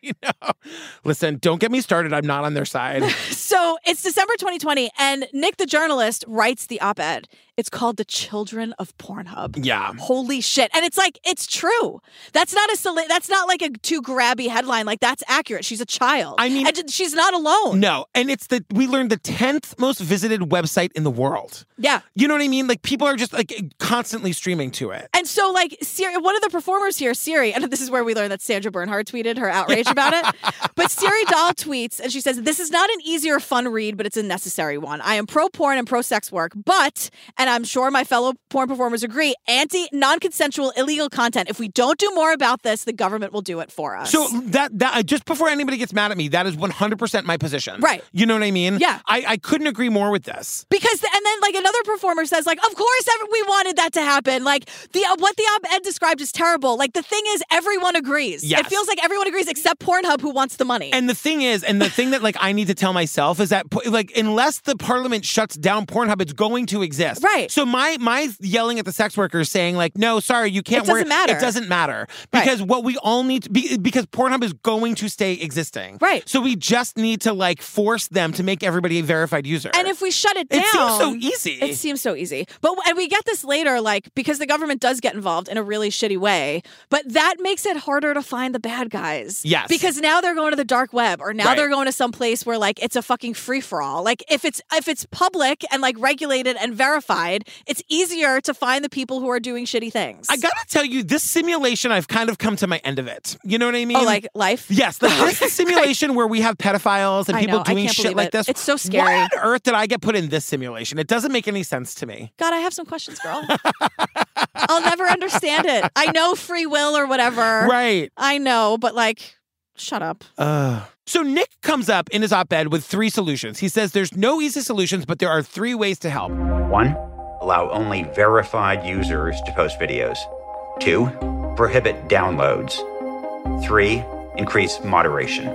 Speaker 2: Listen, don't get me started. I'm not on their side.
Speaker 1: So it's December 2020, and Nick the journalist writes the op ed. It's called The Children of Pornhub.
Speaker 2: Yeah.
Speaker 1: Holy shit. And it's like, it's true. That's not a sali- that's not like a too grabby headline. Like that's accurate. She's a child. I mean and she's not alone.
Speaker 2: No, and it's the we learned the tenth most visited website in the world.
Speaker 1: Yeah.
Speaker 2: You know what I mean? Like people are just like constantly streaming to it.
Speaker 1: And so, like, Siri, one of the performers here, Siri, and this is where we learned that Sandra Bernhardt tweeted her outrage about it. But Siri Dahl tweets, and she says, This is not an easy or fun read, but it's a necessary one. I am pro porn and pro sex work, but, and I'm sure my fellow porn performers agree, anti non consensual illegal content. If we don't do more about this, the government will do it for us.
Speaker 2: So that that I- just before anybody gets mad at me, that is 100% my position.
Speaker 1: Right.
Speaker 2: You know what I mean?
Speaker 1: Yeah.
Speaker 2: I, I couldn't agree more with this.
Speaker 1: Because the- and then like another performer says like of course ev- we wanted that to happen like the uh, what the op-ed described is terrible like the thing is everyone agrees
Speaker 2: Yes.
Speaker 1: it feels like everyone agrees except Pornhub who wants the money
Speaker 2: And the thing is, and the thing that like I need to tell myself is that po- like unless the parliament shuts down Pornhub, it's going to exist.
Speaker 1: Right.
Speaker 2: So my my yelling at the sex workers saying like, no, sorry, you can't.
Speaker 1: It doesn't
Speaker 2: work-
Speaker 1: matter.
Speaker 2: It doesn't matter
Speaker 1: Right.
Speaker 2: because what we all need to be because Pornhub is going to stay existing.
Speaker 1: Right.
Speaker 2: So we just need to like force them to make everybody a verified user.
Speaker 1: And if we shut it down,
Speaker 2: It seems so easy.
Speaker 1: It seems so easy. But and we get this later, like because the government does get involved in a really shitty way. But that makes it harder to find the bad guys.
Speaker 2: Yes.
Speaker 1: because now they're going to the dark web, or now
Speaker 2: Right.
Speaker 1: they're going to some place where like it's a fucking free for all. Like if it's if it's public and like regulated and verified, it's easier to find the people who are doing shitty things.
Speaker 2: I gotta tell you, this simulation, I've kind of come to my end of it. You know what I mean?
Speaker 1: oh, like life.
Speaker 2: Yes, like, this is a simulation where we have pedophiles and
Speaker 1: I
Speaker 2: people
Speaker 1: know, I
Speaker 2: doing
Speaker 1: can't
Speaker 2: shit
Speaker 1: believe
Speaker 2: like
Speaker 1: it.
Speaker 2: this.
Speaker 1: It's so scary.
Speaker 2: Why on earth did I get put in this simulation? It doesn't make any sense to me.
Speaker 1: God, I have some questions, girl. I'll never understand it. I know free will or whatever.
Speaker 2: Right.
Speaker 1: I know, but like, shut up.
Speaker 2: Ugh. So Nick comes up in his op-ed with three solutions. He says there's no easy solutions, but there are three ways to help.
Speaker 9: One, allow only verified users to post videos. Two, prohibit downloads. Three, increase moderation.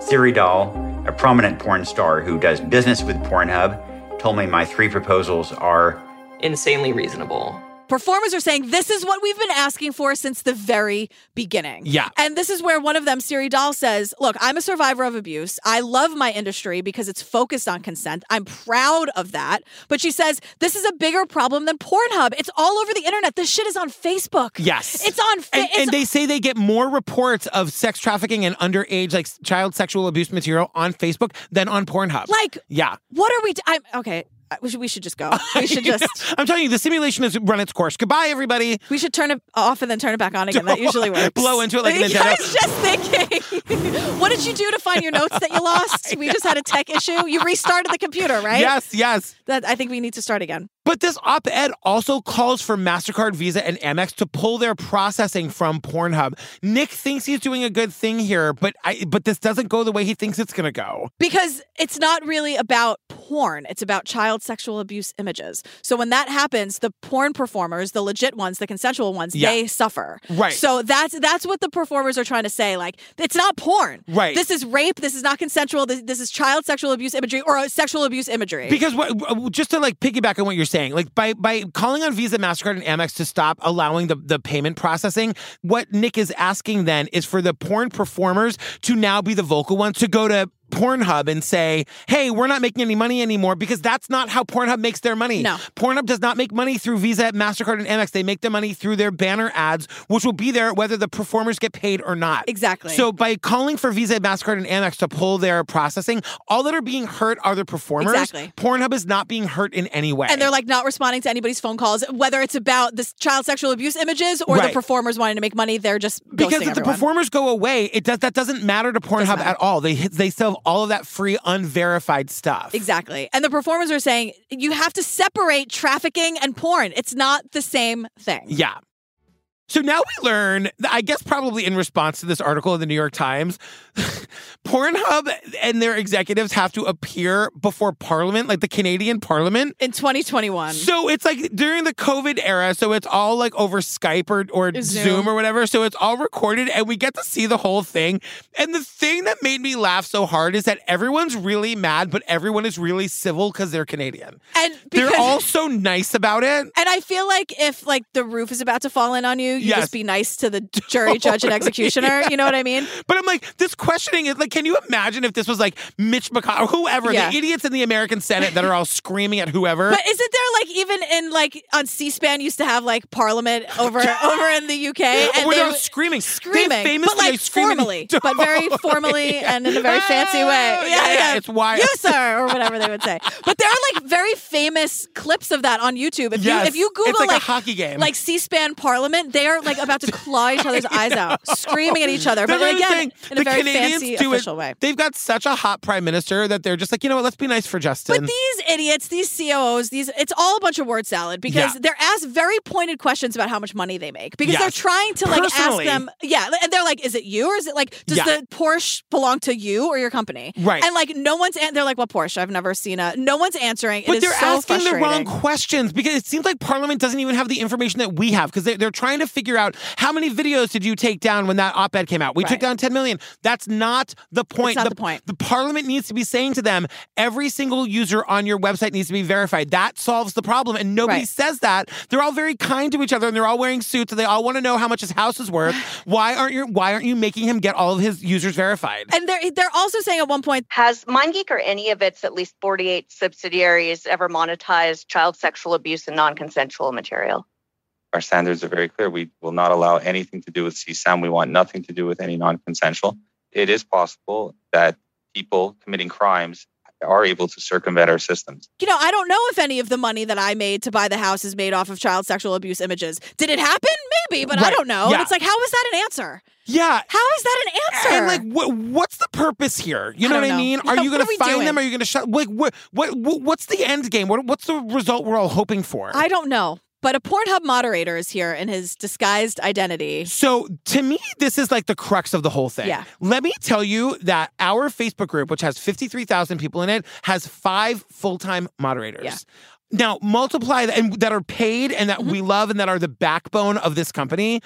Speaker 9: Siri Dahl, a prominent porn star who does business with Pornhub, told me my three proposals are
Speaker 13: Insanely reasonable.
Speaker 1: Performers are saying this is what we've been asking for since the very beginning.
Speaker 2: Yeah.
Speaker 1: And this is where one of them, Siri Dahl, says, Look, I'm a survivor of abuse. I love my industry because it's focused on consent. I'm proud of that. But she says, This is a bigger problem than Pornhub. It's all over the internet. This shit is on Facebook.
Speaker 2: Yes.
Speaker 1: It's on fa-
Speaker 2: and, and they say they get more reports of sex trafficking and underage, like s- child sexual abuse material on Facebook than on Pornhub.
Speaker 1: Like-
Speaker 2: yeah.
Speaker 1: What are we? D- I'm okay. I- We should, we should just go. We should just.
Speaker 2: I'm telling you, the simulation has run its course. Goodbye, everybody.
Speaker 1: We should turn it off and then turn it back on again. That usually works.
Speaker 2: Blow into it like a
Speaker 1: I
Speaker 2: Nintendo.
Speaker 1: was just thinking. what did you do to find your notes that you lost? We just had a tech issue. You restarted the computer, right?
Speaker 2: Yes, yes.
Speaker 1: That I think we need to start again.
Speaker 2: But this op ed also calls for MasterCard, Visa, and Amex to pull their processing from Pornhub. Nick thinks he's doing a good thing here, but I, but this doesn't go the way he thinks it's going to go.
Speaker 1: Because it's not really about porn, it's about child sexual abuse images. So when that happens, the porn performers, the legit ones, the consensual ones,
Speaker 2: Yeah.
Speaker 1: they suffer.
Speaker 2: Right.
Speaker 1: So that's that's what the performers are trying to say. Like it's not porn.
Speaker 2: Right.
Speaker 1: This is rape. This is not consensual. This, this is child sexual abuse imagery or uh, sexual abuse imagery.
Speaker 2: Because what, just to like piggyback on what you're saying, like by by calling on Visa, Mastercard, and Amex to stop allowing the the payment processing, what Nick is asking then is for the porn performers to now be the vocal ones to go to. Pornhub and say, hey, we're not making any money anymore because that's not how Pornhub makes their money.
Speaker 1: No.
Speaker 2: Pornhub does not make money through Visa, MasterCard, and Amex. They make their money through their banner ads, which will be there whether the performers get paid or not.
Speaker 1: Exactly.
Speaker 2: So by calling for Visa, MasterCard, and Amex to pull their processing, all that are being hurt are the performers.
Speaker 1: Exactly.
Speaker 2: Pornhub is not being hurt in any way.
Speaker 1: and they're like not responding to anybody's phone calls, whether it's about this child sexual abuse images or
Speaker 2: Right.
Speaker 1: the performers wanting to make money. They're just
Speaker 2: because
Speaker 1: ghosting
Speaker 2: if the
Speaker 1: everyone.
Speaker 2: performers go away, it does that doesn't matter to Pornhub at all. They they still have all of that free, unverified stuff.
Speaker 1: Exactly. And the performers are saying you have to separate trafficking and porn. It's not the same thing.
Speaker 2: Yeah. So now we learn, I guess probably in response to this article in the New York Times, Pornhub and their executives have to appear before Parliament, like the Canadian Parliament,
Speaker 1: In 2021.
Speaker 2: So it's like during the COVID era, so it's all like over Skype or, or Zoom.
Speaker 1: Zoom.
Speaker 2: or whatever. So it's all recorded and we get to see the whole thing. And the thing that made me laugh so hard is that everyone's really mad, but everyone is really civil because they're Canadian.
Speaker 1: and
Speaker 2: they're all so nice about it.
Speaker 1: And I feel like if like the roof is about to fall in on you, you
Speaker 2: Yes. Oh,
Speaker 1: just be nice to the jury, judge, and
Speaker 2: Totally.
Speaker 1: executioner. You know what I mean?
Speaker 2: But I'm like, this questioning is like, can you imagine if this was like Mitch McConnell or whoever,
Speaker 1: Yeah.
Speaker 2: the idiots in the American Senate that are all screaming at whoever?
Speaker 1: But isn't there like even in like on C-SPAN used to have like Parliament over over in the UK and
Speaker 2: Where
Speaker 1: they
Speaker 2: they're all
Speaker 1: would-
Speaker 2: screaming,
Speaker 1: screaming, but like formally, but very formally and in a very fancy way. Yeah,
Speaker 2: yeah, it's wild.
Speaker 1: You sir, or whatever they would say. But there are like very famous clips of that on YouTube. If
Speaker 2: Yes,
Speaker 1: you if you
Speaker 2: it's
Speaker 1: Google
Speaker 2: like a hockey game.
Speaker 1: like C-SPAN Parliament, they are like about to claw each other's eyes out, screaming at each other, but
Speaker 2: That's what
Speaker 1: like,
Speaker 2: I'm
Speaker 1: again
Speaker 2: saying.
Speaker 1: in a very
Speaker 2: Canadians
Speaker 1: fancy
Speaker 2: do it-
Speaker 1: official way.
Speaker 2: They've got such a hot prime minister that they're just like, you know what? Let's be nice for Justin.
Speaker 1: But these idiots, these COOs, these it's all a bunch of word salad because
Speaker 2: Yeah.
Speaker 1: they're asked very pointed questions about how much money they make because they're
Speaker 2: Yes.
Speaker 1: trying to like
Speaker 2: Personally.
Speaker 1: ask them, yeah, and they're like, is it you or is it like does
Speaker 2: Yeah.
Speaker 1: the Porsche belong to you or your company?
Speaker 2: Right.
Speaker 1: And like no one's an- they're like, what Porsche? I've never seen a. No one's answering. It
Speaker 2: But
Speaker 1: is
Speaker 2: they're
Speaker 1: so
Speaker 2: asking the wrong
Speaker 1: frustrating.
Speaker 2: questions because it seems like Parliament doesn't even have the information that we have because they're, they're trying to figure out how many videos did you take down when that op ed came out? We took
Speaker 1: Right.
Speaker 2: down 10 million. That's not the point.
Speaker 1: not the point.
Speaker 2: The Parliament needs to be saying to them every single user on your website needs to be verified. That solves the problem. And nobody
Speaker 1: Right.
Speaker 2: says that. They're all very kind to each other and they're all wearing suits and they all want to know how much his house is worth. Why aren't you, why aren't you making him get all of his users verified?
Speaker 1: And they're they're also saying at one point,
Speaker 13: Has MindGeek or any of its at least 48 subsidiaries ever monetized child sexual abuse and non consensual material?
Speaker 14: Our standards are very clear. We will not allow anything to do with CSAM. We want nothing to do with any non consensual. It is possible that people committing crimes are able to circumvent our systems.
Speaker 1: you know, I don't know if any of the money that I made to buy the house is made off of child sexual abuse images. Did it happen? Maybe, but I
Speaker 2: Right.
Speaker 1: don't know.
Speaker 2: Yeah.
Speaker 1: And it's like, how is that an answer?
Speaker 2: Yeah.
Speaker 1: How is that an answer?
Speaker 2: And like, what what's the purpose here? You
Speaker 1: I
Speaker 2: know what
Speaker 1: don't know.
Speaker 2: I mean? Are you
Speaker 1: What
Speaker 2: going
Speaker 1: are we
Speaker 2: to find them?
Speaker 1: doing?
Speaker 2: Are you going to shut? Like, what, what what what's the end game? What what's the result we're all hoping for?
Speaker 1: I don't know. But a Pornhub moderator is here in his disguised identity.
Speaker 2: so to me, this is like the crux of the whole thing.
Speaker 1: Yeah.
Speaker 2: Let me tell you that our Facebook group, which has fifty three thousand people in it, has five full time moderators.
Speaker 1: Yeah. Mm-hmm.
Speaker 2: Now multiply that and that are paid and that we love and that are the backbone of this company.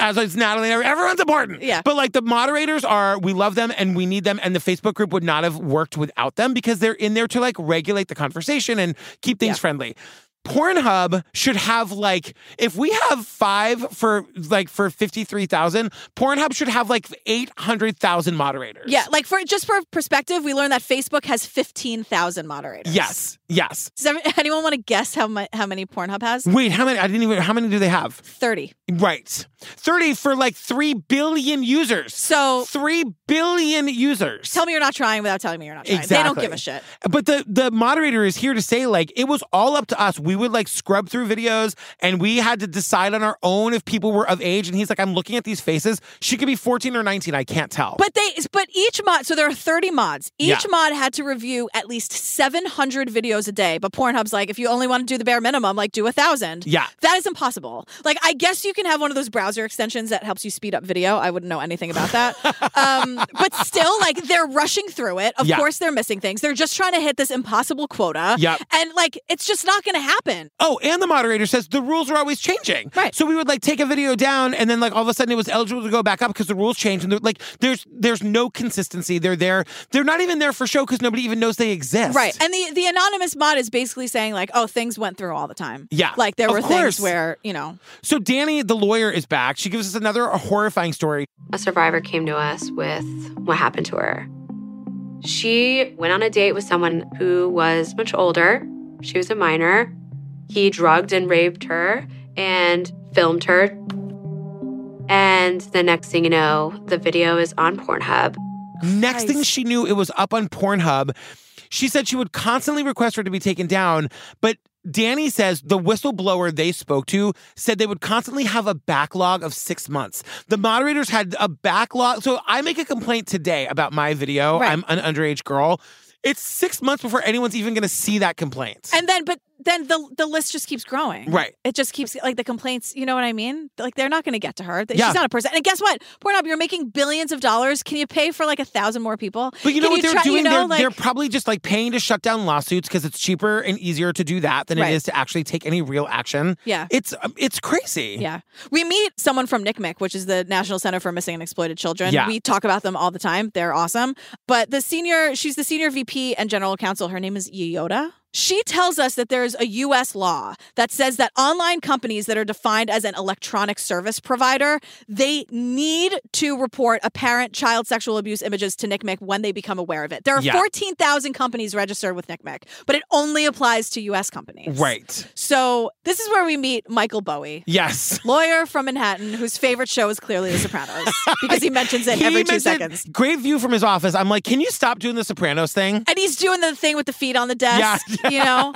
Speaker 2: As it's Natalie, and every- everyone's important.
Speaker 1: Yeah.
Speaker 2: But like the moderators are, we love them and we need them. And the Facebook group would not have worked without them because they're in there to like regulate the conversation and keep things
Speaker 1: Yeah.
Speaker 2: friendly. Pornhub should have like if we have five for like for fifty three thousand, Pornhub should have like eight hundred thousand moderators.
Speaker 1: Yeah, like for just for perspective, we learned that Facebook has fifteen thousand moderators.
Speaker 2: Yes. Yes.
Speaker 1: Does every- anyone want to guess how mu- how many Pornhub has?
Speaker 2: Wait, how many? I didn't even. How many do they have?
Speaker 1: Thirty.
Speaker 2: Right. 30 for like 3 billion users.
Speaker 1: So
Speaker 2: 3 billion users.
Speaker 1: Tell me you're not trying without telling me you're not trying. They don't
Speaker 2: Exactly.
Speaker 1: give a shit.
Speaker 2: But the the moderator is here to say like it was all up to us. We would like scrub through videos and we had to decide on our own if people were of age and he's like I'm looking at these faces. She could be 14 or 19, I can't tell.
Speaker 1: But they but each mod so there are 30 mods. Each
Speaker 2: Yeah.
Speaker 1: mod had to review at least 700 videos a day, but Pornhub's like if you only want to do the bare minimum, like do a 1000.
Speaker 2: Yeah.
Speaker 1: That is impossible. Like I guess you can have one of those browser extensions that helps you speed up video. I wouldn't know anything about that. um, but still like they're rushing through it. Of
Speaker 2: Yeah.
Speaker 1: course they're missing things. They're just trying to hit this impossible quota.
Speaker 2: Yep.
Speaker 1: And like it's just not going to happen.
Speaker 2: Oh, and the moderator says the rules are always changing. Right. So we would like take a video down, and then like all of a sudden it was eligible to go back up because the rules change, and they're like there's there's no consistency. They're there. They're not even there for show because nobody even knows they exist.
Speaker 1: Right. And the the anonymous mod is basically saying like, "Oh, things went through all the time."
Speaker 2: Yeah,
Speaker 1: Like there
Speaker 2: of
Speaker 1: were
Speaker 2: course.
Speaker 1: things where, you know,
Speaker 2: So Danny, the lawyer, is back. She gives us another horrifying story.
Speaker 5: A survivor came to us with what happened to her. She went on a date with someone who was much older. She was a minor. He drugged and raped her and filmed her. And the next thing you know, the video is on Pornhub.
Speaker 2: Next thing she knew, it was up on Pornhub. She said she would constantly request her to be taken down, but Danny says the whistleblower they spoke to said they would constantly have a backlog of six months. The moderators had a backlog. So I make a complaint today about my video. I'm an underage girl. It's six months before anyone's even going to see that complaint.
Speaker 1: and then but then the the list just keeps growing.
Speaker 2: Right.
Speaker 1: It just keeps like the complaints, you know what I mean? Like they're not going to get to her. That-
Speaker 2: Yeah.
Speaker 1: She's not a person. And guess what? Pornhub, you're making billions of dollars. Can you pay for like a thousand more people?
Speaker 2: But you know
Speaker 1: Can
Speaker 2: what they're
Speaker 1: try-
Speaker 2: doing?
Speaker 1: You know,
Speaker 2: they're,
Speaker 1: like,
Speaker 2: they're probably just like paying to shut down lawsuits because it's cheaper and easier to do that than
Speaker 1: Right.
Speaker 2: it is to actually take any real action.
Speaker 1: Yeah.
Speaker 2: It's um, it's crazy.
Speaker 1: Yeah. We meet someone from NCMEC, which is the National Center for Missing and Exploited Children.
Speaker 2: Yeah.
Speaker 1: We talk about them all the time. They're awesome. But the senior, she's the senior VP and general counsel. Her name is Yoda. She tells us that there's a US law that says that online companies that are defined as an electronic service provider, they need to report apparent child sexual abuse images to NCMEC when they become aware of it. There are
Speaker 2: Yeah.
Speaker 1: 14,000 companies registered with NCMEC, but it only applies to US companies.
Speaker 2: Right.
Speaker 1: So this is where we meet Michael Bowie.
Speaker 2: Yes.
Speaker 1: Lawyer from Manhattan, whose favorite show is clearly The Sopranos because he mentions it
Speaker 2: He
Speaker 1: every two
Speaker 2: mentioned-
Speaker 1: seconds.
Speaker 2: Great view from his office. I'm like, can you stop doing the Sopranos thing?
Speaker 1: And he's doing the thing with the feet on the desk, you know?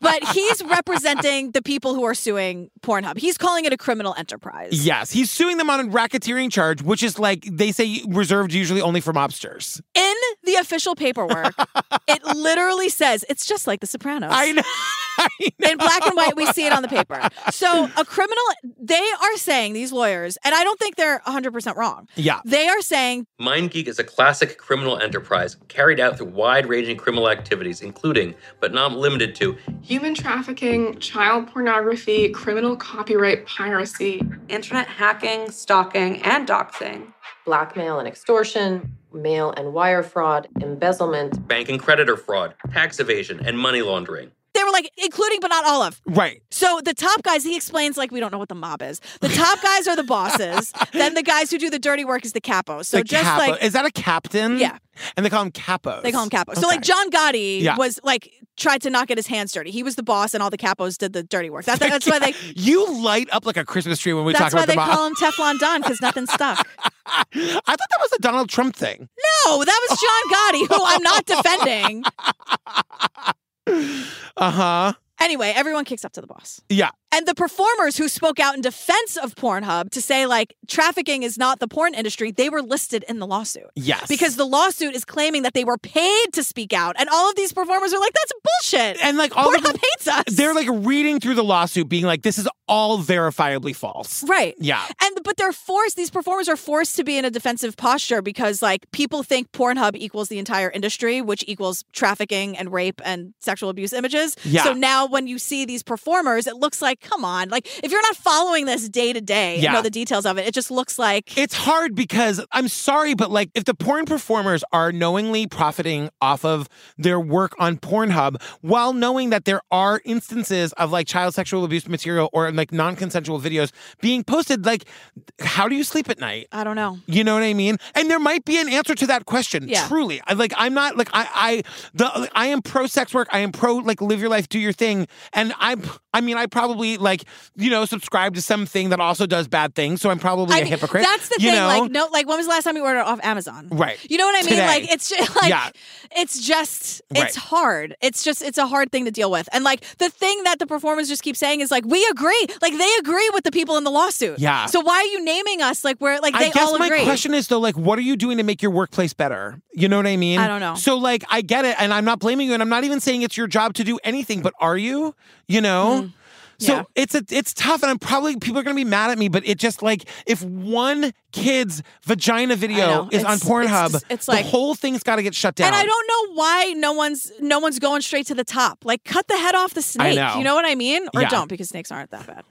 Speaker 1: But he's representing the people who are suing Pornhub. He's calling it a criminal enterprise.
Speaker 2: Yes, he's suing them on a racketeering charge, which is like they say reserved usually only for mobsters.
Speaker 1: In the official paperwork, it literally says it's just like The Sopranos. I
Speaker 2: know.
Speaker 1: In black and white, we see it on the paper. So, a criminal, they are saying, these lawyers, and I don't think they're 100% wrong.
Speaker 2: Yeah.
Speaker 1: They are saying
Speaker 8: MindGeek is a classic criminal enterprise carried out through wide ranging criminal activities, including, but not limited to,
Speaker 3: Human trafficking, child pornography, criminal copyright piracy,
Speaker 12: internet hacking, stalking, and doxing.
Speaker 6: Blackmail and extortion, mail and wire fraud, embezzlement,
Speaker 8: bank and creditor fraud, tax evasion, and money laundering.
Speaker 1: They were like, including but not all of.
Speaker 2: Right.
Speaker 1: So the top guys, he explains, like, we don't know what the mob is. The top guys are the bosses. then the guys who do the dirty work is the capos. So
Speaker 2: The
Speaker 1: just
Speaker 2: capo-
Speaker 1: like
Speaker 2: is that a captain? Yeah. And they call him capos.
Speaker 1: they call him capos.
Speaker 2: Okay.
Speaker 1: So like John Gotti
Speaker 2: Yeah.
Speaker 1: was like tried to not get his hands dirty. He was the boss, and all the capos did the dirty work. That's that's why they
Speaker 2: you light up like a Christmas tree when we
Speaker 1: that's
Speaker 2: talk about
Speaker 1: why
Speaker 2: the
Speaker 1: they
Speaker 2: mob.
Speaker 1: call him Teflon Don because nothing stuck.
Speaker 2: I thought that was a Donald Trump thing.
Speaker 1: No, that was John Gotti, who I'm not defending.
Speaker 2: Uh huh.
Speaker 1: Anyway, everyone kicks up to the boss.
Speaker 2: Yeah.
Speaker 1: And the performers who spoke out in defense of Pornhub to say, like, trafficking is not the porn industry, they were listed in the lawsuit.
Speaker 2: Yes.
Speaker 1: Because the lawsuit is claiming that they were paid to speak out. And all of these performers are like, that's bullshit.
Speaker 2: And like all
Speaker 1: Pornhub hates us.
Speaker 2: They're like reading through the lawsuit, being like, "This is all verifiably false.
Speaker 1: Right.
Speaker 2: Yeah.
Speaker 1: And but they're forced. These performers are forced to be in a defensive posture because like people think Pornhub equals the entire industry, which equals trafficking and rape and sexual abuse images.
Speaker 2: Yeah.
Speaker 1: So now when you see these performers, it looks like come on, like if you're not following this day to day, you
Speaker 2: Yeah.
Speaker 1: know the details of it. It just looks like
Speaker 2: It's hard because I'm sorry, but like if the porn performers are knowingly profiting off of their work on Pornhub while knowing that there are instances of like child sexual abuse material or like non consensual videos being posted, like how do you sleep at night?
Speaker 1: I don't know.
Speaker 2: You know what I mean? And there might be an answer to that question.
Speaker 1: Yeah.
Speaker 2: Truly, I, like I'm not like I I the like, I am pro sex work. I am pro like live your life, do your thing. And I I mean I probably like you know subscribe to something that also does bad things. So I'm probably a
Speaker 1: I mean,
Speaker 2: hypocrite.
Speaker 1: That's the
Speaker 2: you
Speaker 1: thing.
Speaker 2: Know?
Speaker 1: Like no, like when was the last time you ordered off Amazon?
Speaker 2: right.
Speaker 1: You know what I mean?
Speaker 2: Today.
Speaker 1: Like it's just, like
Speaker 2: Yeah.
Speaker 1: it's just it's
Speaker 2: Right.
Speaker 1: hard. It's just it's a hard thing to deal with. And like the thing that the performers just keep saying is like we agree. Like they agree with the people in the lawsuit.
Speaker 2: Yeah.
Speaker 1: So why are you naming us like we're like they
Speaker 2: I guess
Speaker 1: all
Speaker 2: my
Speaker 1: agree?
Speaker 2: question is though, like, what are you doing to make your workplace better? You know what I mean?
Speaker 1: I don't know.
Speaker 2: So like, I get it, and I'm not blaming you, and I'm not even saying it's your job to do anything, but are you? You know. So
Speaker 1: Mm-hmm. Yeah.
Speaker 2: it's a it's tough, and I'm probably people are gonna be mad at me, but it just like if one kid's vagina video
Speaker 1: know.
Speaker 2: is on
Speaker 1: It's- it's
Speaker 2: Pornhub,
Speaker 1: just- it's
Speaker 2: the
Speaker 1: like-
Speaker 2: whole thing's got to get shut down.
Speaker 1: And I don't know why no one's no one's going straight to the top. Like cut the head off the snake.
Speaker 2: know.
Speaker 1: You know what I mean? Or
Speaker 2: Yeah.
Speaker 1: don't because snakes aren't that bad.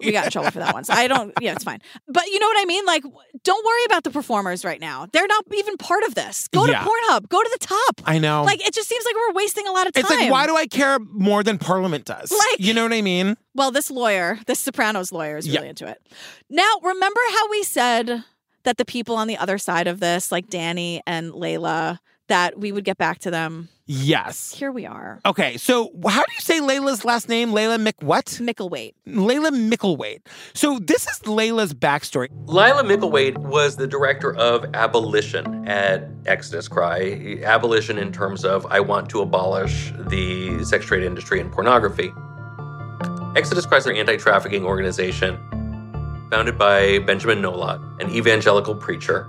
Speaker 1: We got in trouble for that once. I don't. Yeah, it's fine. But you know what I mean? Like, don't worry about the performers right now. They're not even part of this. Go
Speaker 2: Yeah.
Speaker 1: to Pornhub. Go to the top.
Speaker 2: I know.
Speaker 1: Like, it just seems like we're wasting a lot of time.
Speaker 2: It's like why do I care more than Parliament does?
Speaker 1: Like-
Speaker 2: you know what I mean?
Speaker 1: Well, this lawyer, this Sopranos lawyer, is really
Speaker 2: Yeah.
Speaker 1: into it. Now, remember how we said that the people on the other side of this, like Danny and Layla, that we would get back to them.
Speaker 2: Yes.
Speaker 1: Here we are.
Speaker 2: Okay, so how do you say Layla's last name? Layla Mick what?
Speaker 1: Micklewaite.
Speaker 2: Layla Micklewaite. So this is Layla's backstory.
Speaker 8: Lila Micklewaite was the director of abolition at Exodus Cry. Abolition in terms of I want to abolish the sex trade industry and pornography. Exodus Cry is an anti trafficking organization founded by Benjamin Nola, an evangelical preacher.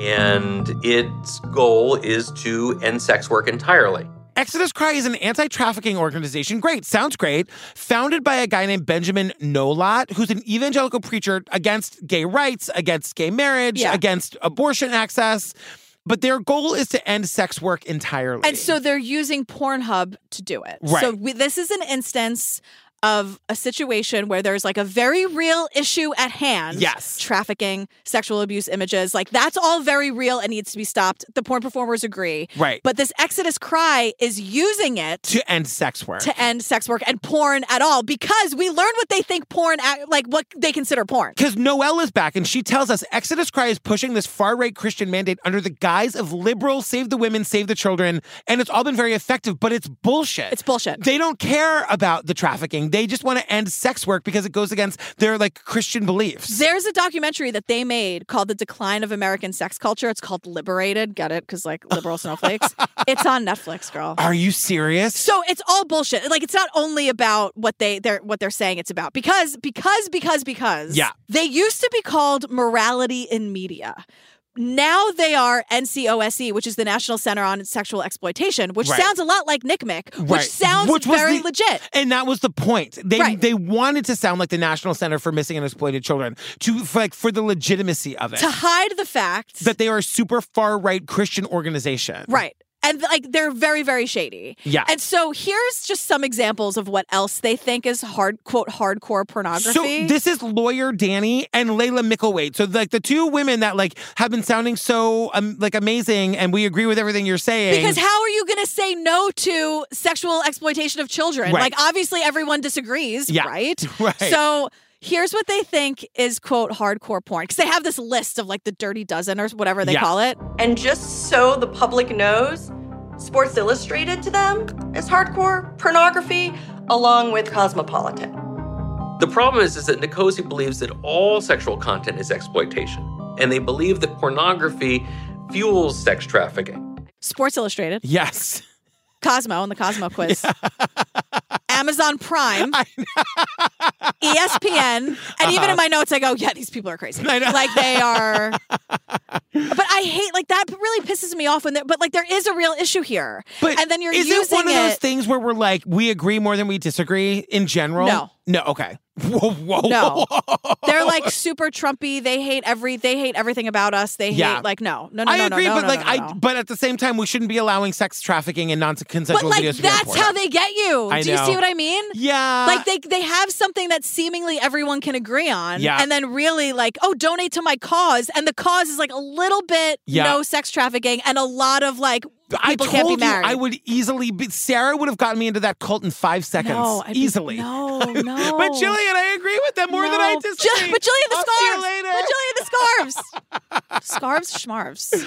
Speaker 8: And its goal is to end sex work entirely.
Speaker 2: Exodus Cry is an anti trafficking organization. Great, sounds great. Founded by a guy named Benjamin Nolot, who's an evangelical preacher against gay rights, against gay marriage,
Speaker 1: Yeah.
Speaker 2: against abortion access. But their goal is to end sex work entirely.
Speaker 1: And so they're using Pornhub to do it.
Speaker 2: Right.
Speaker 1: So we, this is an instance of a situation where there's like a very real issue at hand.
Speaker 2: Yes.
Speaker 1: Trafficking, sexual abuse images, like that's all very real and needs to be stopped. The porn performers agree.
Speaker 2: Right.
Speaker 1: But this Exodus Cry is using it
Speaker 2: to end sex work.
Speaker 1: to end sex work and porn at all because we learn what they think porn act- like what they consider porn.
Speaker 2: Because Noelle is back and she tells us Exodus Cry is pushing this far right Christian mandate under the guise of liberal, save the women, save the children. And it's all been very effective, but it's bullshit.
Speaker 1: It's bullshit.
Speaker 2: They don't care about the trafficking. They just want to end sex work because it goes against their like Christian beliefs.
Speaker 1: There's a documentary that they made called The Decline of American Sex Culture. It's called Liberated. Get it? Because, like, liberal snowflakes. It's on Netflix, girl.
Speaker 2: Are you serious?
Speaker 1: So it's all bullshit. Like it's not only about what they they're what they're saying it's about. Because because because because
Speaker 2: Yeah.
Speaker 1: they used to be called morality in media. Now they are NCOSE, E, which is the National Center on Sexual Exploitation, which
Speaker 2: Right.
Speaker 1: sounds a lot like NCMEC, which
Speaker 2: Right.
Speaker 1: sounds
Speaker 2: Which was
Speaker 1: very
Speaker 2: the-
Speaker 1: legit.
Speaker 2: And that was the point. They
Speaker 1: Right.
Speaker 2: they wanted to sound like the National Center for Missing and Exploited Children to for, like for the legitimacy of it.
Speaker 1: To hide the fact
Speaker 2: that they are a super far right Christian organization.
Speaker 1: Right. And like they're very, very shady.
Speaker 2: Yeah.
Speaker 1: And so here's just some examples of what else they think is hard quote hardcore pornography.
Speaker 2: So this is lawyer Danny and Layla Micklewaite. So like the two women that like have been sounding so um, like amazing, and we agree with everything you're saying.
Speaker 1: because how are you going to say no to sexual exploitation of children?
Speaker 2: Right.
Speaker 1: Like obviously everyone disagrees,
Speaker 2: Yeah.
Speaker 1: right?
Speaker 2: Right.
Speaker 1: So here's what they think is quote hardcore porn because they have this list of like the dirty dozen or whatever they
Speaker 2: Yeah.
Speaker 1: call it.
Speaker 15: And just so the public knows, Sports Illustrated to them is hardcore pornography along with Cosmopolitan.
Speaker 8: The problem is, is that Nicosi believes that all sexual content is exploitation, and they believe that pornography fuels sex trafficking.
Speaker 1: Sports Illustrated,
Speaker 2: Yes.
Speaker 1: Cosmo and the Cosmo quiz, Amazon Prime, E ESPN, and even in my notes I go, yeah, these people are crazy.
Speaker 2: Uh-huh. I know.
Speaker 1: Like they are. but I hate like that. Really pisses me off when. they- But like there is a real issue here.
Speaker 2: But
Speaker 1: and then you're
Speaker 2: is
Speaker 1: using
Speaker 2: it one of those
Speaker 1: it-
Speaker 2: things where we're like we agree more than we disagree in general?
Speaker 1: No.
Speaker 2: No. Okay. Whoa, whoa,
Speaker 1: No.
Speaker 2: whoa.
Speaker 1: They're like super Trumpy. They hate every. They hate everything about us. They
Speaker 2: Yeah.
Speaker 1: hate like no, no, no,
Speaker 2: I
Speaker 1: no,
Speaker 2: agree,
Speaker 1: no, no,
Speaker 2: but
Speaker 1: no,
Speaker 2: like
Speaker 1: no,
Speaker 2: I,
Speaker 1: no.
Speaker 2: but at the same time, we shouldn't be allowing sex trafficking and non-consensual
Speaker 1: But like
Speaker 2: videos to be on
Speaker 1: that's
Speaker 2: porn.
Speaker 1: how they get you.
Speaker 2: I
Speaker 1: Do you see
Speaker 2: know.
Speaker 1: what I mean?
Speaker 2: Yeah.
Speaker 1: Like they they have something that seemingly everyone can agree on.
Speaker 2: Yeah.
Speaker 1: And then really like, oh, donate to my cause. And the cause is like a little bit
Speaker 2: Yeah.
Speaker 1: no sex trafficking and a lot of like people
Speaker 2: I
Speaker 1: can't be
Speaker 2: told you
Speaker 1: married.
Speaker 2: I would easily be. Sarah would have gotten me into that cult in five seconds.
Speaker 1: No, I'd be-
Speaker 2: easily.
Speaker 1: no, no.
Speaker 2: But Jillian, I agree with them more than I
Speaker 1: No. Ju-
Speaker 2: disagree.
Speaker 1: but Jillian the
Speaker 2: I'll see you
Speaker 1: scarves.
Speaker 2: later.
Speaker 1: But Jillian the scarves. scarves, schmarves.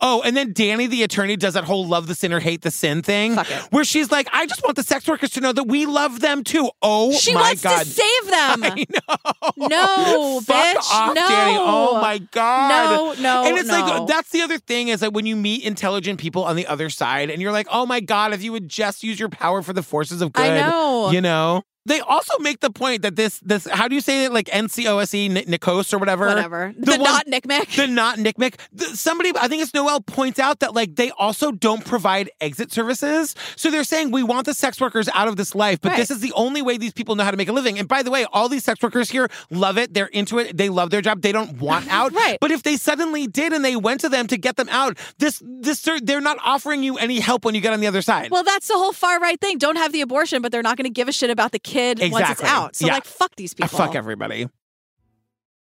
Speaker 2: Oh, and then Danny, the attorney, does that whole love the sinner, hate the sin thing. Where she's like, I just want the sex workers to know that we love them too. Oh
Speaker 1: she
Speaker 2: my
Speaker 1: wants
Speaker 2: God.
Speaker 1: to save them. No,
Speaker 2: Fuck
Speaker 1: bitch.
Speaker 2: off,
Speaker 1: no.
Speaker 2: Danny. Oh my God.
Speaker 1: No, no,
Speaker 2: And it's
Speaker 1: no.
Speaker 2: like, that's the other thing is that when you meet intelligent people on the other side and you're like, oh my God, if you would just use your power for the forces of good.
Speaker 1: I know.
Speaker 2: You know? They also make the point that this, this how do you say it? Like NCOSE, E, N- NICOS or whatever.
Speaker 1: Whatever. The
Speaker 2: one-
Speaker 1: not knickknack.
Speaker 2: The not knickknack. The, somebody, I think it's Noel, points out that like they also don't provide exit services. So they're saying we want the sex workers out of this life, but this
Speaker 1: Right.
Speaker 2: is the only way these people know how to make a living. And by the way, all these sex workers here love it. They're into it. They love their job. They don't want out.
Speaker 1: Right.
Speaker 2: But if they suddenly did and they went to them to get them out, this this they're- they're not offering you any help when you get on the other side.
Speaker 1: Well, that's the whole far right thing. Don't have the abortion, but they're not going to give a shit about the kid once it's
Speaker 2: Exactly.
Speaker 1: out. So
Speaker 2: Yeah.
Speaker 1: like, fuck these
Speaker 2: Ah,
Speaker 1: people.
Speaker 2: fuck everybody.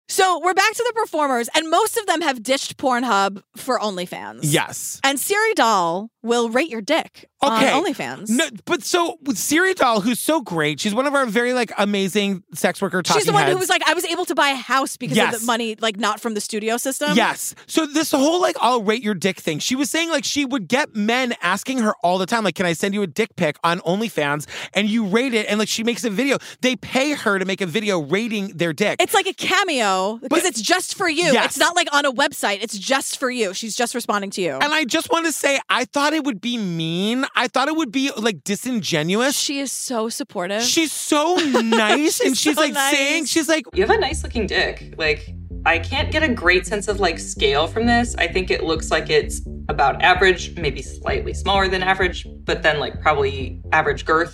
Speaker 1: So we're back to the performers, and most of them have ditched Pornhub for OnlyFans.
Speaker 2: Yes.
Speaker 1: And Siri Doll will rate your dick
Speaker 2: Okay.
Speaker 1: on OnlyFans.
Speaker 2: No, but so with Siri Doll, who's so great, she's one of our very like amazing sex worker.
Speaker 1: She's the
Speaker 2: talking
Speaker 1: one who
Speaker 2: heads.
Speaker 1: was like, I was able to buy a house because of
Speaker 2: Yes.
Speaker 1: the money, like not from the studio system.
Speaker 2: Yes. So this whole like I'll rate your dick thing. She was saying like she would get men asking her all the time like can I send you a dick pic on OnlyFans and you rate it and like she makes a video. They pay her to make a video rating their dick.
Speaker 1: It's like a cameo because it's just for you.
Speaker 2: Yes.
Speaker 1: It's not like on a website. It's just for you. She's just responding to you.
Speaker 2: and I just want to say I thought it would be mean. I thought it would be like disingenuous.
Speaker 1: she is so supportive.
Speaker 2: She's so nice and she's
Speaker 1: so
Speaker 2: like
Speaker 1: nice.
Speaker 2: saying she's like
Speaker 12: You have a nice looking dick. Like, I can't get a great sense of like scale from this. I think it looks like it's about average, maybe slightly smaller than average, but then like probably average girth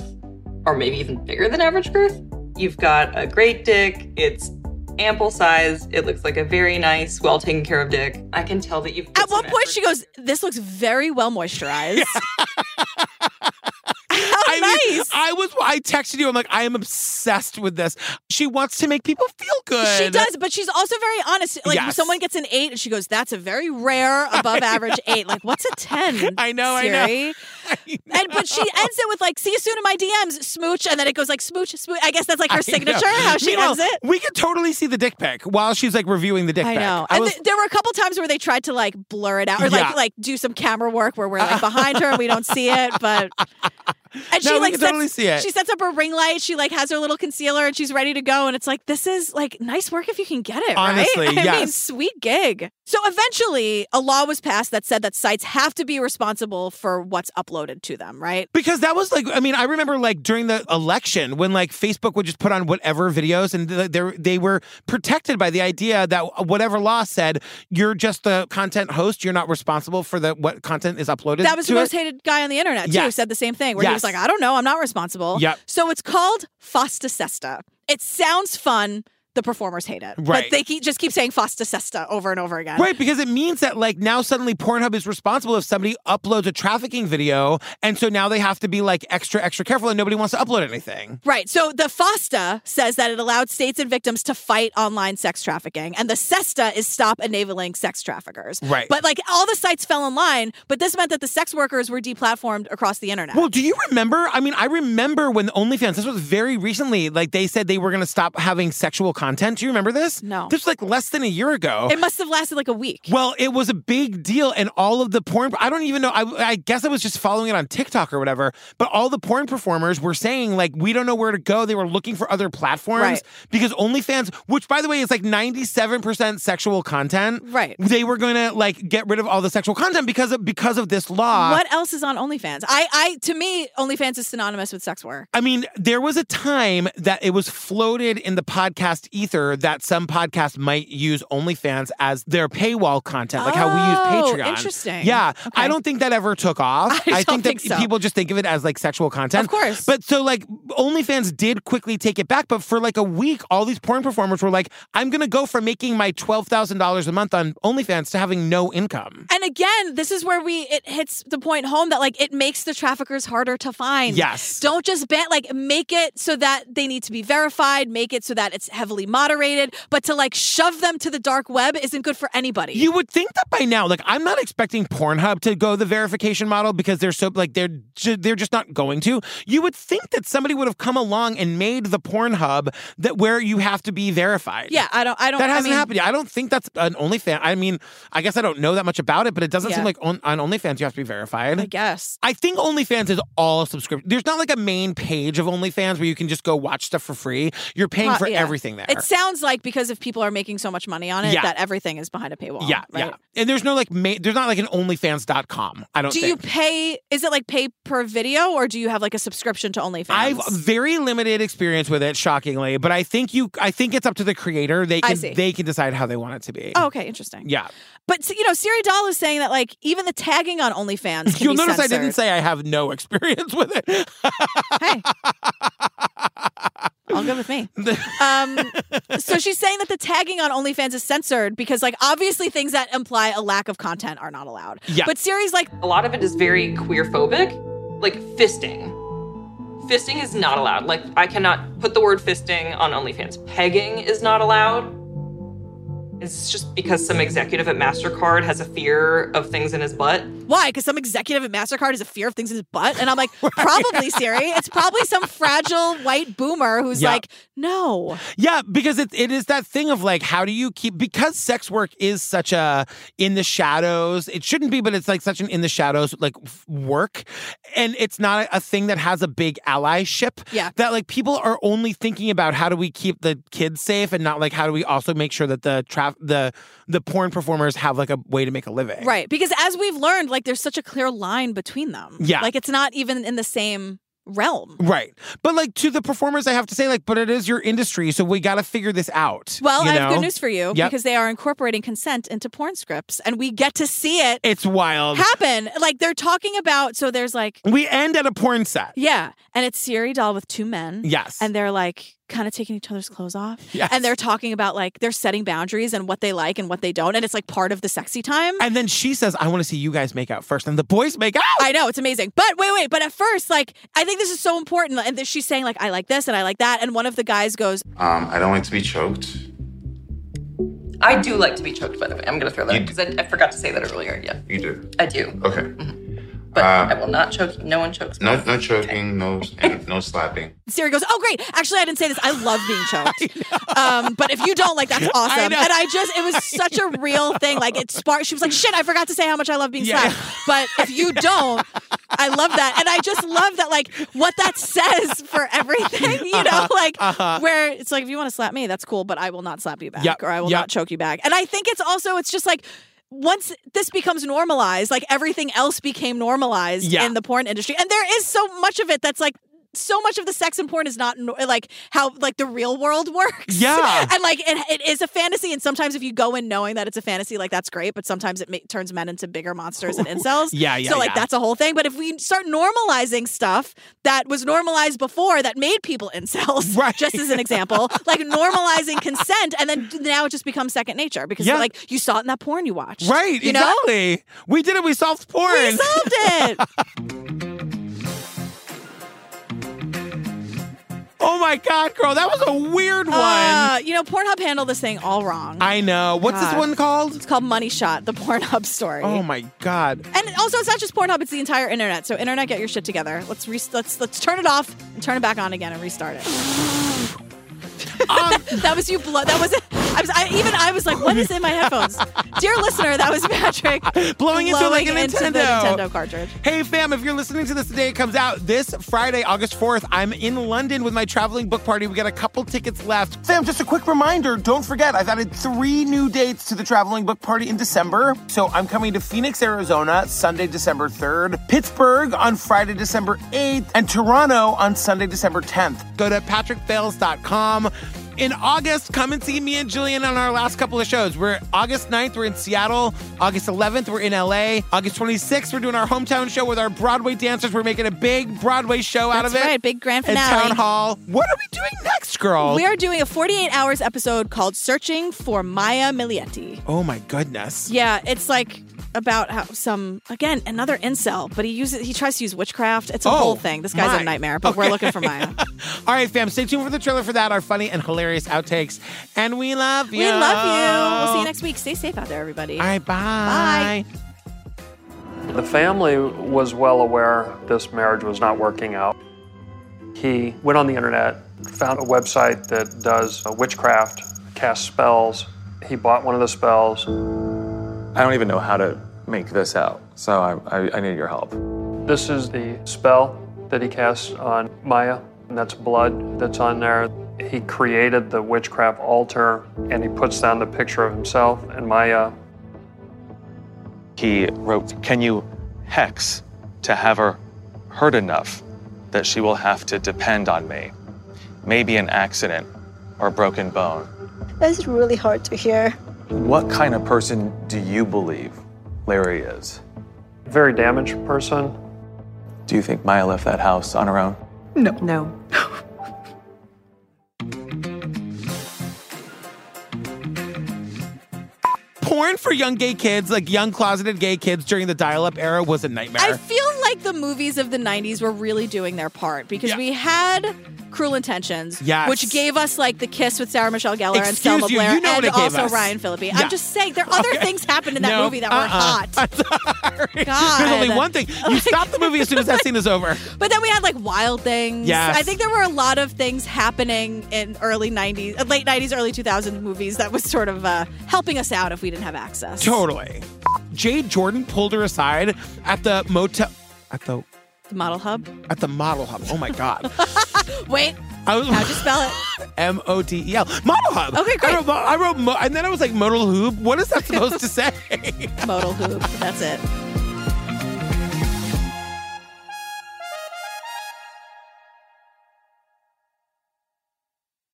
Speaker 12: or maybe even bigger than average girth. You've got a great dick. It's ample size. It looks like a very nice, well taken care of dick. I can tell that you've
Speaker 1: At one point, she goes, "This looks very well moisturized."
Speaker 2: I mean, I was I texted you I'm like I am obsessed with this. She wants to make people feel good.
Speaker 1: She does, but she's also very honest. Like
Speaker 2: Yes.
Speaker 1: someone gets an eight, and she goes, "That's a very rare, above average eight. Like, what's a ten?
Speaker 2: I know, I
Speaker 1: Siri?
Speaker 2: know.
Speaker 1: And but she ends it with like, "See you soon in my DMs, smooch," and then it goes like, "Smooch, smooch." I guess that's like
Speaker 2: I
Speaker 1: her signature,
Speaker 2: know.
Speaker 1: how she
Speaker 2: Meanwhile,
Speaker 1: ends it.
Speaker 2: We could totally see the dick pic while she's like reviewing the dick
Speaker 1: I
Speaker 2: pic.
Speaker 1: know.
Speaker 2: I
Speaker 1: and
Speaker 2: was-
Speaker 1: th- there were a couple times where they tried to like blur it out or
Speaker 2: Yeah.
Speaker 1: like like do some camera work where we're like behind her and we don't see it, but and
Speaker 2: No,
Speaker 1: she
Speaker 2: we
Speaker 1: like
Speaker 2: can
Speaker 1: sets,
Speaker 2: totally see it.
Speaker 1: she sets up her ring light, she like has her little concealer and she's ready to go and it's like this is like nice work if you can get it,
Speaker 2: Honestly,
Speaker 1: right? I mean,
Speaker 2: yes.
Speaker 1: sweet gig. So eventually a law was passed that said that sites have to be responsible for what's uploaded to them, right?
Speaker 2: because that was like, I mean, I remember like during the election when like Facebook would just put on whatever videos and th- they they were protected by the idea that whatever law said, you're just the content host, you're not responsible for the what content is uploaded.
Speaker 1: That was
Speaker 2: to
Speaker 1: the most
Speaker 2: it.
Speaker 1: hated guy on the internet, too, who
Speaker 2: Yes.
Speaker 1: said the same thing, where he was
Speaker 2: Yes.
Speaker 1: like, I don't know, I'm not responsible.
Speaker 2: Yep.
Speaker 1: So it's called Fosta Sesta. It sounds fun. The performers hate it. But
Speaker 2: Right.
Speaker 1: they keep, just keep saying Fosta Sesta over and over again.
Speaker 2: Right, because it means that like now suddenly Pornhub is responsible if somebody uploads a trafficking video, and so now they have to be like extra extra careful, and nobody wants to upload anything.
Speaker 1: Right. So the FOSTA says that it allowed states and victims to fight online sex trafficking, and the SESTA is stop enabling sex traffickers.
Speaker 2: Right.
Speaker 1: But like all the sites fell in line, but this meant that the sex workers were deplatformed across the internet.
Speaker 2: Well, do you remember? I mean, I remember when OnlyFans, this was very recently, like they said they were going to stop having sexual content. Do you remember this?
Speaker 1: No.
Speaker 2: This was like less than a year ago.
Speaker 1: It must have lasted like a week.
Speaker 2: well, it was a big deal, and all of the porn. I don't even know. I, I guess I was just following it on TikTok or whatever. But all the porn performers were saying, like, we don't know where to go. They were looking for other platforms
Speaker 1: Right.
Speaker 2: because OnlyFans, which by the way is like 97% sexual content,
Speaker 1: Right.
Speaker 2: they were going to like get rid of all the sexual content because of, because of this law.
Speaker 1: what else is on OnlyFans? I, I, to me, OnlyFans is synonymous with sex work.
Speaker 2: I mean, there was a time that it was floated in the podcast ether that some podcasts might use OnlyFans as their paywall content, like how we
Speaker 1: Oh,
Speaker 2: use Patreon.
Speaker 1: interesting.
Speaker 2: Yeah, I don't think that ever took off.
Speaker 1: I don't
Speaker 2: think that
Speaker 1: think so.
Speaker 2: people just think of it as like sexual content.
Speaker 1: Of course.
Speaker 2: But so like OnlyFans did quickly take it back, but for like a week, all these porn performers were like, "I'm going to go from making my twelve thousand dollars a month on OnlyFans to having no income."
Speaker 1: And again, this is where we it hits the point home that like it makes the traffickers harder to find.
Speaker 2: Yes.
Speaker 1: Don't just ban like make it so that they need to be verified, make it so that it's heavily moderated, but to like shove them to the dark web isn't good for anybody.
Speaker 2: You would think that by now, like I'm not expecting Pornhub to go the verification model because they're so like they're ju- they're just not going to. You would think that somebody would have come along and made the Pornhub that where you have to be verified.
Speaker 1: yeah, I don't I don't
Speaker 2: that
Speaker 1: I
Speaker 2: hasn't
Speaker 1: mean,
Speaker 2: happened yet. I don't think that's an OnlyFans. I mean, I guess I don't know that much about it, but it doesn't
Speaker 1: Yeah.
Speaker 2: seem like on, on OnlyFans you have to be verified.
Speaker 1: I guess.
Speaker 2: I think OnlyFans is all subscription. There's not like a main page of OnlyFans where you can just go watch stuff for free. You're paying
Speaker 1: Pro-
Speaker 2: for
Speaker 1: yeah.
Speaker 2: everything there.
Speaker 1: It sounds like because if people are making so much money on it
Speaker 2: Yeah.
Speaker 1: that everything is behind a paywall.
Speaker 2: yeah,
Speaker 1: right?
Speaker 2: yeah. And there's no like, ma- there's not like an OnlyFans.com. I don't
Speaker 1: Do
Speaker 2: think.
Speaker 1: you pay is it like pay per video or do you have like a subscription to OnlyFans?
Speaker 2: I've very limited experience with it, shockingly, but I think you. I think it's up to the creator. They
Speaker 1: I
Speaker 2: can
Speaker 1: see.
Speaker 2: they can decide how they want it to be.
Speaker 1: Oh, okay, interesting.
Speaker 2: yeah.
Speaker 1: But so, you know, Siri Doll is saying that like even the tagging on OnlyFans. Can
Speaker 2: You'll
Speaker 1: be
Speaker 2: notice I
Speaker 1: censored.
Speaker 2: didn't say I have no experience with it.
Speaker 1: All good with me. um, so she's saying that the tagging on OnlyFans is censored because, like, obviously things that imply a lack of content are not allowed.
Speaker 2: Yeah.
Speaker 1: But Siri's like,
Speaker 16: A lot of it is very queer phobic, like fisting. Fisting is not allowed. Like, I cannot put the word fisting on OnlyFans. Pegging is not allowed. It's just because some executive at MasterCard has a fear of things in his butt.
Speaker 1: why? Because some executive at Mastercard has a fear of things in his butt, and I'm like, probably Siri. It's probably some fragile white boomer who's
Speaker 2: Yeah.
Speaker 1: like, no.
Speaker 2: Yeah, because it, it is that thing of like, how do you keep because sex work is such a in the shadows. It shouldn't be, but it's like such an in the shadows like f- work, and it's not a, a thing that has a big allyship.
Speaker 1: Yeah.
Speaker 2: that like people are only thinking about how do we keep the kids safe, and not like how do we also make sure that the traf- the the porn performers have like a way to make a living.
Speaker 1: Right. Because as we've learned, like, there's such a clear line between them.
Speaker 2: Yeah.
Speaker 1: Like, it's not even in the same realm.
Speaker 2: Right. But like to the performers, I have to say, like, but it is your industry, so we got to figure this out.
Speaker 1: Well,
Speaker 2: you
Speaker 1: I have
Speaker 2: know?
Speaker 1: good news for you
Speaker 2: Yep.
Speaker 1: because they are incorporating consent into porn scripts, and we get to see it
Speaker 2: it's wild.
Speaker 1: happen. Like they're talking about, so there's like,
Speaker 2: we end at a porn set.
Speaker 1: yeah, and it's Siri doll with two men.
Speaker 2: Yes.
Speaker 1: And they're like kind of taking each other's clothes off.
Speaker 2: Yes.
Speaker 1: And they're talking about like they're setting boundaries and what they like and what they don't. And it's like part of the sexy time.
Speaker 2: And then she says, I want to see you guys make out first. And the boys make out.
Speaker 1: I know it's amazing, but wait, wait. But at first, like, I think this is so important, and that she's saying like, "I like this and I like that," and one of the guys goes,
Speaker 4: Um, I don't like to be choked.
Speaker 16: I do like to be choked, by the way. I'm going to throw that because I, I forgot to say that earlier. Yeah,
Speaker 4: You do.
Speaker 16: I do. Mm-hmm.
Speaker 4: Okay.
Speaker 16: But
Speaker 4: Uh,
Speaker 16: I will not choke. No one chokes.
Speaker 4: No, no choking, no, and no slapping.
Speaker 1: Siri goes, "Oh, great! Actually, I didn't say this. I love being choked. um, but if you don't, like, that's awesome."
Speaker 2: I
Speaker 1: and
Speaker 2: know.
Speaker 1: I just, it was such a real thing. Like, it sparked. She was like, "Shit, I forgot to say how much I love being
Speaker 2: Yeah.
Speaker 1: slapped." But if you don't, I love that, and I just love that, like, what that says for everything. You know,
Speaker 2: Uh-huh,
Speaker 1: like
Speaker 2: uh-huh.
Speaker 1: where it's like, if you want to slap me, that's cool, but I will not slap you back,
Speaker 2: Yep,
Speaker 1: or I will
Speaker 2: yep.
Speaker 1: not choke you back. And I think it's also, it's just like. Once this becomes normalized, like everything else became normalized
Speaker 2: Yeah.
Speaker 1: in the porn industry, and there is so much of it that's like so much of the sex in porn is not no- like how like the real world works.
Speaker 2: Yeah.
Speaker 1: and like it, it is a fantasy, and sometimes if you go in knowing that it's a fantasy, like that's great, but sometimes it ma- turns men into bigger monsters and incels.
Speaker 2: Yeah, yeah,
Speaker 1: So like
Speaker 2: yeah.
Speaker 1: that's a whole thing. But if we start normalizing stuff that was normalized before that made people incels,
Speaker 2: Right.
Speaker 1: just as an example, like normalizing consent, and then now it just becomes second nature because
Speaker 2: Yeah.
Speaker 1: like you saw it in that porn you watched,
Speaker 2: Right,
Speaker 1: You know?
Speaker 2: exactly. We did it. We solved porn.
Speaker 1: We solved it.
Speaker 2: oh my God, girl. That was a weird one.
Speaker 1: Uh, you know, Pornhub handled this thing all wrong.
Speaker 2: I know. What's this
Speaker 1: God.
Speaker 2: one called?
Speaker 1: It's called Money Shot, the Pornhub story.
Speaker 2: Oh my God.
Speaker 1: And also, it's not just Pornhub; it's the entire internet. So, internet, get your shit together. Let's re- let's let's turn it off and turn it back on again and restart it.
Speaker 2: Um,
Speaker 1: that was you. Blo- that was it. I was. I, even I was like, "What is in my headphones?" Dear listener, that was Patrick
Speaker 2: Blowing into like a
Speaker 1: blowing into the
Speaker 2: Nintendo.
Speaker 1: Nintendo cartridge.
Speaker 2: Hey, fam, if you're listening to this today, it comes out this Friday, August 4th. I'm in London with my traveling book party. We got a couple tickets left. Fam, just a quick reminder don't forget, I've added three new dates to the traveling book party in December. So I'm coming to Phoenix, Arizona, Sunday, December 3rd, Pittsburgh on Friday, December 8th, and Toronto on Sunday, December 10th. Go to patrickfails.com. in August, come and see me and Julian on our last couple of shows. We're August 9th, we're in Seattle. August 11th, we're in LA. August 26th, we're doing our hometown show with our Broadway dancers. We're making a big Broadway show out
Speaker 1: That's
Speaker 2: of it.
Speaker 1: right, big grand
Speaker 2: At
Speaker 1: finale.
Speaker 2: Town Hall. What are we doing next, girl?
Speaker 1: We are doing a 48 hours episode called Searching for Maya Milietti.
Speaker 2: Oh my goodness.
Speaker 1: Yeah, it's like about how some again another incel, but he uses he tries to use witchcraft. It's a
Speaker 2: Oh,
Speaker 1: whole thing. This guy's
Speaker 2: my.
Speaker 1: a nightmare, but we're
Speaker 2: Okay.
Speaker 1: looking for Maya.
Speaker 2: All right, fam, stay tuned for the trailer for that, our funny and hilarious outtakes. And we love you.
Speaker 1: We love you. We'll see you next week. Stay safe out there, everybody.
Speaker 2: All right, bye.
Speaker 17: The family was well aware this marriage was not working out. He went on the internet, found a website that does uh, witchcraft, casts spells. He bought one of the spells.
Speaker 18: I don't even know how to make this out, so I, I, I need your help.
Speaker 17: This is the spell that he casts on Maya, and that's blood that's on there. He created the witchcraft altar and he puts down the picture of himself and Maya.
Speaker 18: He wrote, Can you hex to have her hurt enough that she will have to depend on me? Maybe an accident or a broken bone.
Speaker 19: That's really hard to hear.
Speaker 18: What kind of person do you believe Larry is?
Speaker 17: Very damaged person.
Speaker 18: Do you think Maya left that house on her own?
Speaker 17: No. No.
Speaker 2: Porn for young gay kids, like young closeted gay kids during the dial up era, was a nightmare.
Speaker 1: I feel like the movies of the 90s were really doing their part because we had Cruel Intentions,
Speaker 2: Yes.
Speaker 1: which gave us like the kiss with Sarah Michelle Gellar and
Speaker 2: Excuse
Speaker 1: Selma
Speaker 2: you,
Speaker 1: Blair
Speaker 2: you know
Speaker 1: and
Speaker 2: what it gave
Speaker 1: also
Speaker 2: us.
Speaker 1: Ryan Phillippe.
Speaker 2: Yeah.
Speaker 1: I'm just saying there other things happened in that
Speaker 2: No,
Speaker 1: movie that
Speaker 2: uh-uh.
Speaker 1: were hot. God.
Speaker 2: There's only one thing. You stop the movie as soon as that scene is over.
Speaker 1: But then we had like Wild Things.
Speaker 2: Yes.
Speaker 1: I think there were a lot of things happening in early 90s, uh, late 90s, early 2000s movies that was sort of uh, helping us out if we didn't have access.
Speaker 2: Totally. Jade Jordan pulled her aside at the motel. At the
Speaker 1: The Model Hub.
Speaker 2: at the model hub. Oh my god.
Speaker 1: Wait,
Speaker 2: I was how'd
Speaker 1: you spell it?
Speaker 2: M O T E L. Model hub.
Speaker 1: Okay, great.
Speaker 2: I wrote, mo- I wrote mo- and then I was like modal hoop. What is that supposed to say?
Speaker 1: Modal hoop. That's it.